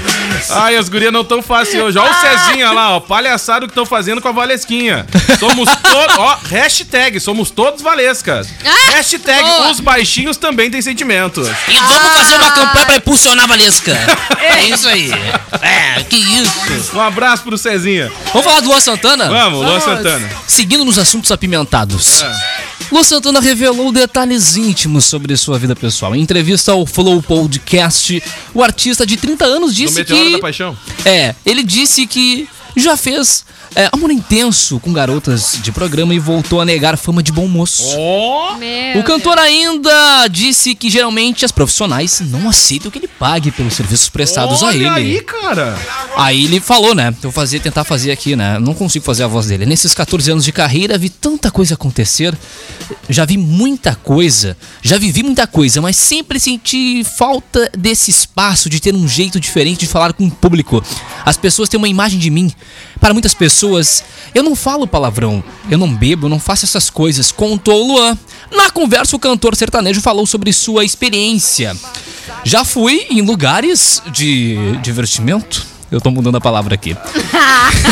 Ah.
Ai, as gurias não tão fácil hoje. Ó o Cezinha lá, ó. Palhaçado que estão fazendo com a Valesquinha. Somos todos... Ó, hashtag, somos todos Valescas.
Ah,
hashtag,
boa.
os baixinhos também têm sentimentos.
E vamos fazer uma campanha pra impulsionar a Valesca. É isso aí. É, que isso.
Um abraço pro Cezinha.
Vamos falar do Luan Santana?
Vamos, Luan
Vamos.
Santana. É.
Seguindo nos assuntos apimentados. Luan Santana revelou detalhes íntimos sobre sua vida pessoal. Em entrevista ao Flow Podcast, o artista de 30 anos
Do
disse
Meteoro da
que...
Paixão.
É, ele disse que já fez é, amor intenso com garotas de programa e voltou a negar fama de bom moço.
Ó,
o cantor ainda disse que Tá geralmente as profissionais não aceitam que ele pague pelos serviços prestados a
olha
ele.
aí, cara.
Aí ele falou, né? Eu fazia, tentar fazer aqui, né? Não consigo fazer a voz dele. Nesses 14 anos de carreira, vi tanta coisa acontecer. Já vi muita coisa. Já vivi muita coisa, mas sempre senti falta desse espaço de ter um jeito diferente de falar com o público. As pessoas têm uma imagem de mim. Para muitas pessoas, eu não falo palavrão, eu não bebo, eu não faço essas coisas, contou o Luan. Na conversa, o cantor sertanejo falou sobre sua experiência. Já fui em lugares de divertimento. Eu tô mudando a palavra aqui.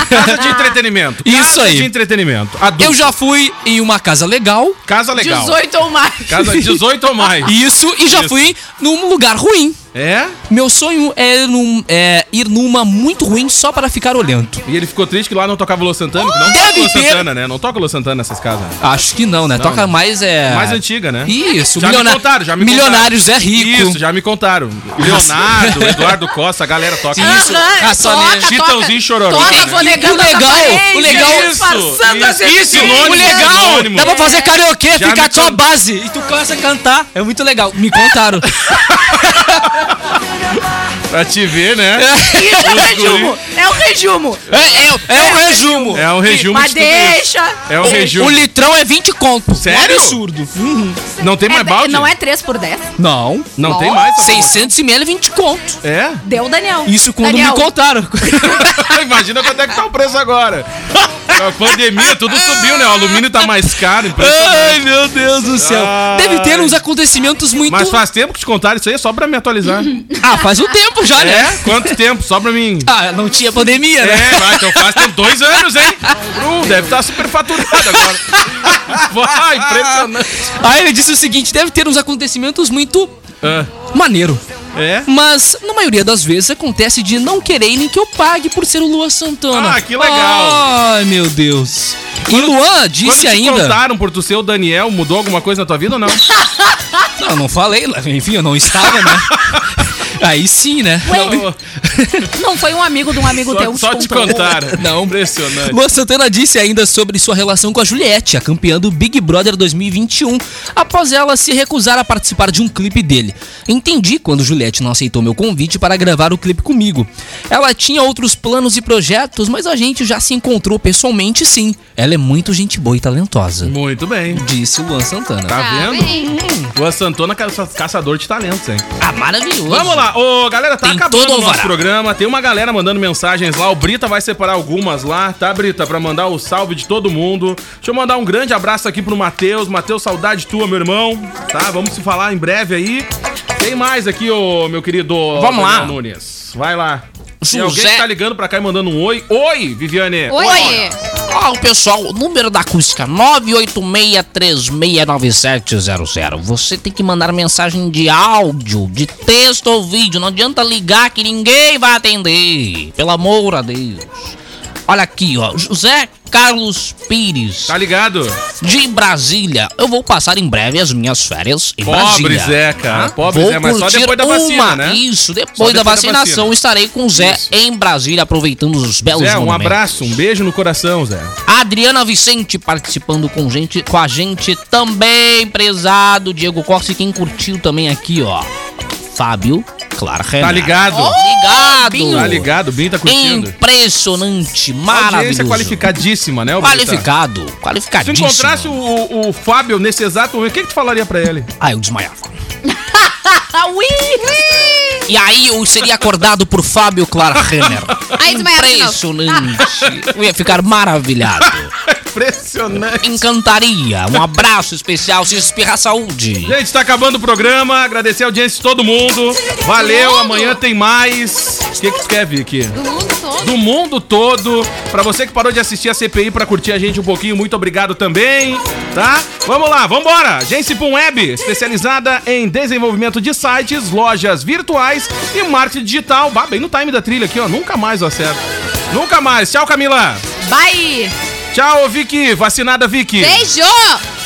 Casa de entretenimento.
Isso
casa
aí.
de entretenimento. Adulto.
Eu já fui em uma casa legal.
Casa legal.
18 ou mais.
Casa 18 ou mais.
Isso, e já
Isso.
fui num lugar ruim.
É?
Meu sonho é ir, num- é ir numa muito ruim só para ficar olhando.
E ele ficou triste que lá não tocava Lua Santana. que Não
Deve
toca Lua
ter.
Santana, né? Não toca Lua Santana nessas casas.
Acho que não, né? Toca
não.
mais é.
Mais antiga, né?
Isso,
Já
milionário.
me contaram, já me
Milionários
contaram.
é rico.
Isso, já me contaram. Leonardo, Eduardo Costa, a galera toca.
Isso.
Aham,
Ah, só
toca,
né?
toca.
Chitãozinho e Chororó.
Toca,
né?
vou negando
o
essa
legal,
parede.
o legal-
Disfarçando a
Isso,
gente.
isso, sinônimo,
O Um legal,
sinônimo.
dá pra fazer karaokê,
Já
ficar
me
só a
con-
base. E tu começa a cantar, é muito legal. Me contaram.
Pra te ver, né?
Isso é o resumo. É o resumo.
é, é, é um resumo.
É um resumo
Mas
de tudo isso.
deixa.
É um resumo.
O litrão é 20 contos.
Sério? Uhum.
Um absurdo.
Não tem
É,
mais balde?
não é 3 por 10?
Não.
Não tem mais. tá essa
600ml é 20 contos.
porra. É?
Deu, Daniel.
Isso quando
Daniel,
me contaram.
Imagina quanto é que tá o preço agora. Com a pandemia, tudo subiu, né? O alumínio tá mais caro. impressionante.
Ai, meu Deus do céu.
Ai.
Deve ter uns acontecimentos muito.
Mas faz tempo que te contaram isso aí, é só pra me atualizar.
Uhum.
Ah, faz um tempo já,
É?
né?
Quanto tempo? Só pra mim.
Ah, não tinha pandemia, né?
É, vai, então faz tem dois anos, hein? Uh, deve estar super faturado agora. Vai, impressionante.
Aí ele disse o seguinte: deve ter uns acontecimentos muito
Ah,
maneiro.
é?
Mas, na maioria das vezes, acontece de não quererem que eu pague por ser o Luan Santana.
Ah, que legal.
Ai, meu Deus. e Luan
Quando
disse
te
ainda.
contaram por tu ser o Daniel, mudou alguma coisa na tua vida ou não?
Não, não falei, enfim, eu não estava, né? Aí sim, né? Não,
Não foi um amigo de um amigo
Só,
teu.
só te contaram.
é Não.
Impressionante.
Luan Santana disse ainda sobre sua relação com a Juliette, a campeã do Big Brother 2021, após ela se recusar a participar de um clipe dele. Entendi quando Juliette não aceitou meu convite para gravar o clipe comigo. Ela tinha outros planos e projetos, mas a gente já se encontrou pessoalmente sim. Ela é muito gente boa e talentosa,
Muito bem.
disse o Luan Santana.
Tá vendo?
bem.
Lua Santana caça- caçador de talentos, hein?
Ah, maravilhoso.
Vamos lá, ô galera, tá
Tem
acabando
todo
o nosso
alvará.
programa. Tem uma galera mandando mensagens lá. O Brita vai separar algumas lá, tá, Brita? Pra mandar o salve de todo mundo. Deixa eu mandar um grande abraço aqui pro Matheus. Matheus, saudade tua, meu irmão. Tá? Vamos se falar em breve aí. Tem mais aqui, ô meu querido.
Vamos lá.
Daniel Nunes. Vai lá. Tem
José-
alguém que tá ligando pra cá e mandando um oi. Oi, Viviane.
Oi!
Ó, o pessoal, o número da acústica 986369700. Você tem que mandar mensagem de áudio, de texto ou vídeo. Não adianta ligar que ninguém vai atender. Pelo amor a Deus. Olha aqui, ó. José Carlos Pires,
Tá ligado?
de Brasília. Eu vou passar em breve as minhas férias em
Pobre
Brasília.
Zé, cara.
Tá?
Pobre
Vou
Zé, mas só
curtir
depois da vacina,
uma-
né?
Isso, depois,
Só
da
depois da
vacinação
vacina.
estarei com o Zé
Isso.
em Brasília, aproveitando os belos
Zé, um
monumentos.
abraço, um beijo no coração, Zé.
A Adriana Vicente participando com, gente, com a gente também, prezado Diego Costa e quem curtiu também aqui, ó. Fábio Clara
Tá
Renato.
ligado?
Ligado.
Tá ligado, o Binho tá curtindo.
Impressionante,
Audiência
maravilhoso.
qualificadíssima, né, ô Brita?
Qualificado,
Se
qualificadíssimo.
encontrasse o, o- o Fábio nesse exato momento, o que, que tu falaria pra ele?
Ah, eu desmaiava.
Ah, ui!
E aí eu seria acordado por Fábio Clara Renner.
Aí desmaiava de novo.
Impressionante. Eu ia ficar maravilhado.
Impressionante.
Encantaria. Um abraço especial, se espirrar saúde.
Gente, tá acabando o programa. Agradecer a audiência de todo mundo. Valeu, amanhã tem mais. O que, que tu quer, Vicky?
Do mundo todo.
do mundo todo. Pra você que parou de assistir a CPI pra curtir a gente um pouquinho, muito obrigado também, tá? Vamos lá, vambora! Gensipum Web, especializada em desenvolvimento de sites, lojas virtuais e marketing digital. Bah, bem no time da trilha aqui, ó. Nunca mais eu acerto. Nunca mais. Tchau, Camila.
Bye!
Tchau, Vicky. Vacinada, Vicky.
Beijo!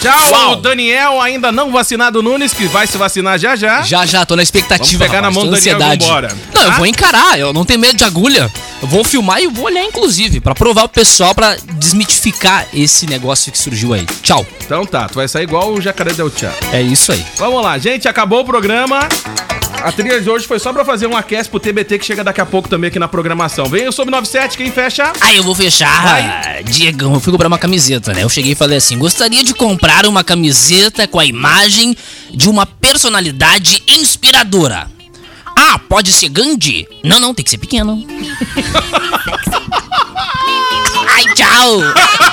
Tchau, Daniel, ainda não vacinado Nunes, que vai se vacinar já já.
Já, já, tô na expectativa.
Vamos pegar na mão
tô
do Daniel,
ansiedade.
vambora.
Não, eu
Tá?
vou encarar, eu não tenho medo de agulha. Eu vou filmar e vou olhar, inclusive, pra provar o pessoal, pra desmitificar esse negócio que surgiu aí. Tchau.
Então tá, tu vai sair igual o Jacaré Del Tchau.
É isso aí.
Vamos lá, gente, acabou o programa. A trilha de hoje foi só pra fazer um aquece pro TBT que chega daqui a pouco também aqui na programação. Vem o Sub 97, quem fecha?
Aí eu vou fechar. Ah, Diegão, eu fui comprar uma camiseta, né? Eu cheguei e falei assim: gostaria de comprar uma camiseta com a imagem de uma personalidade inspiradora. Ah, pode ser Gandhi? Não, não, tem que ser pequeno. Ai, tchau!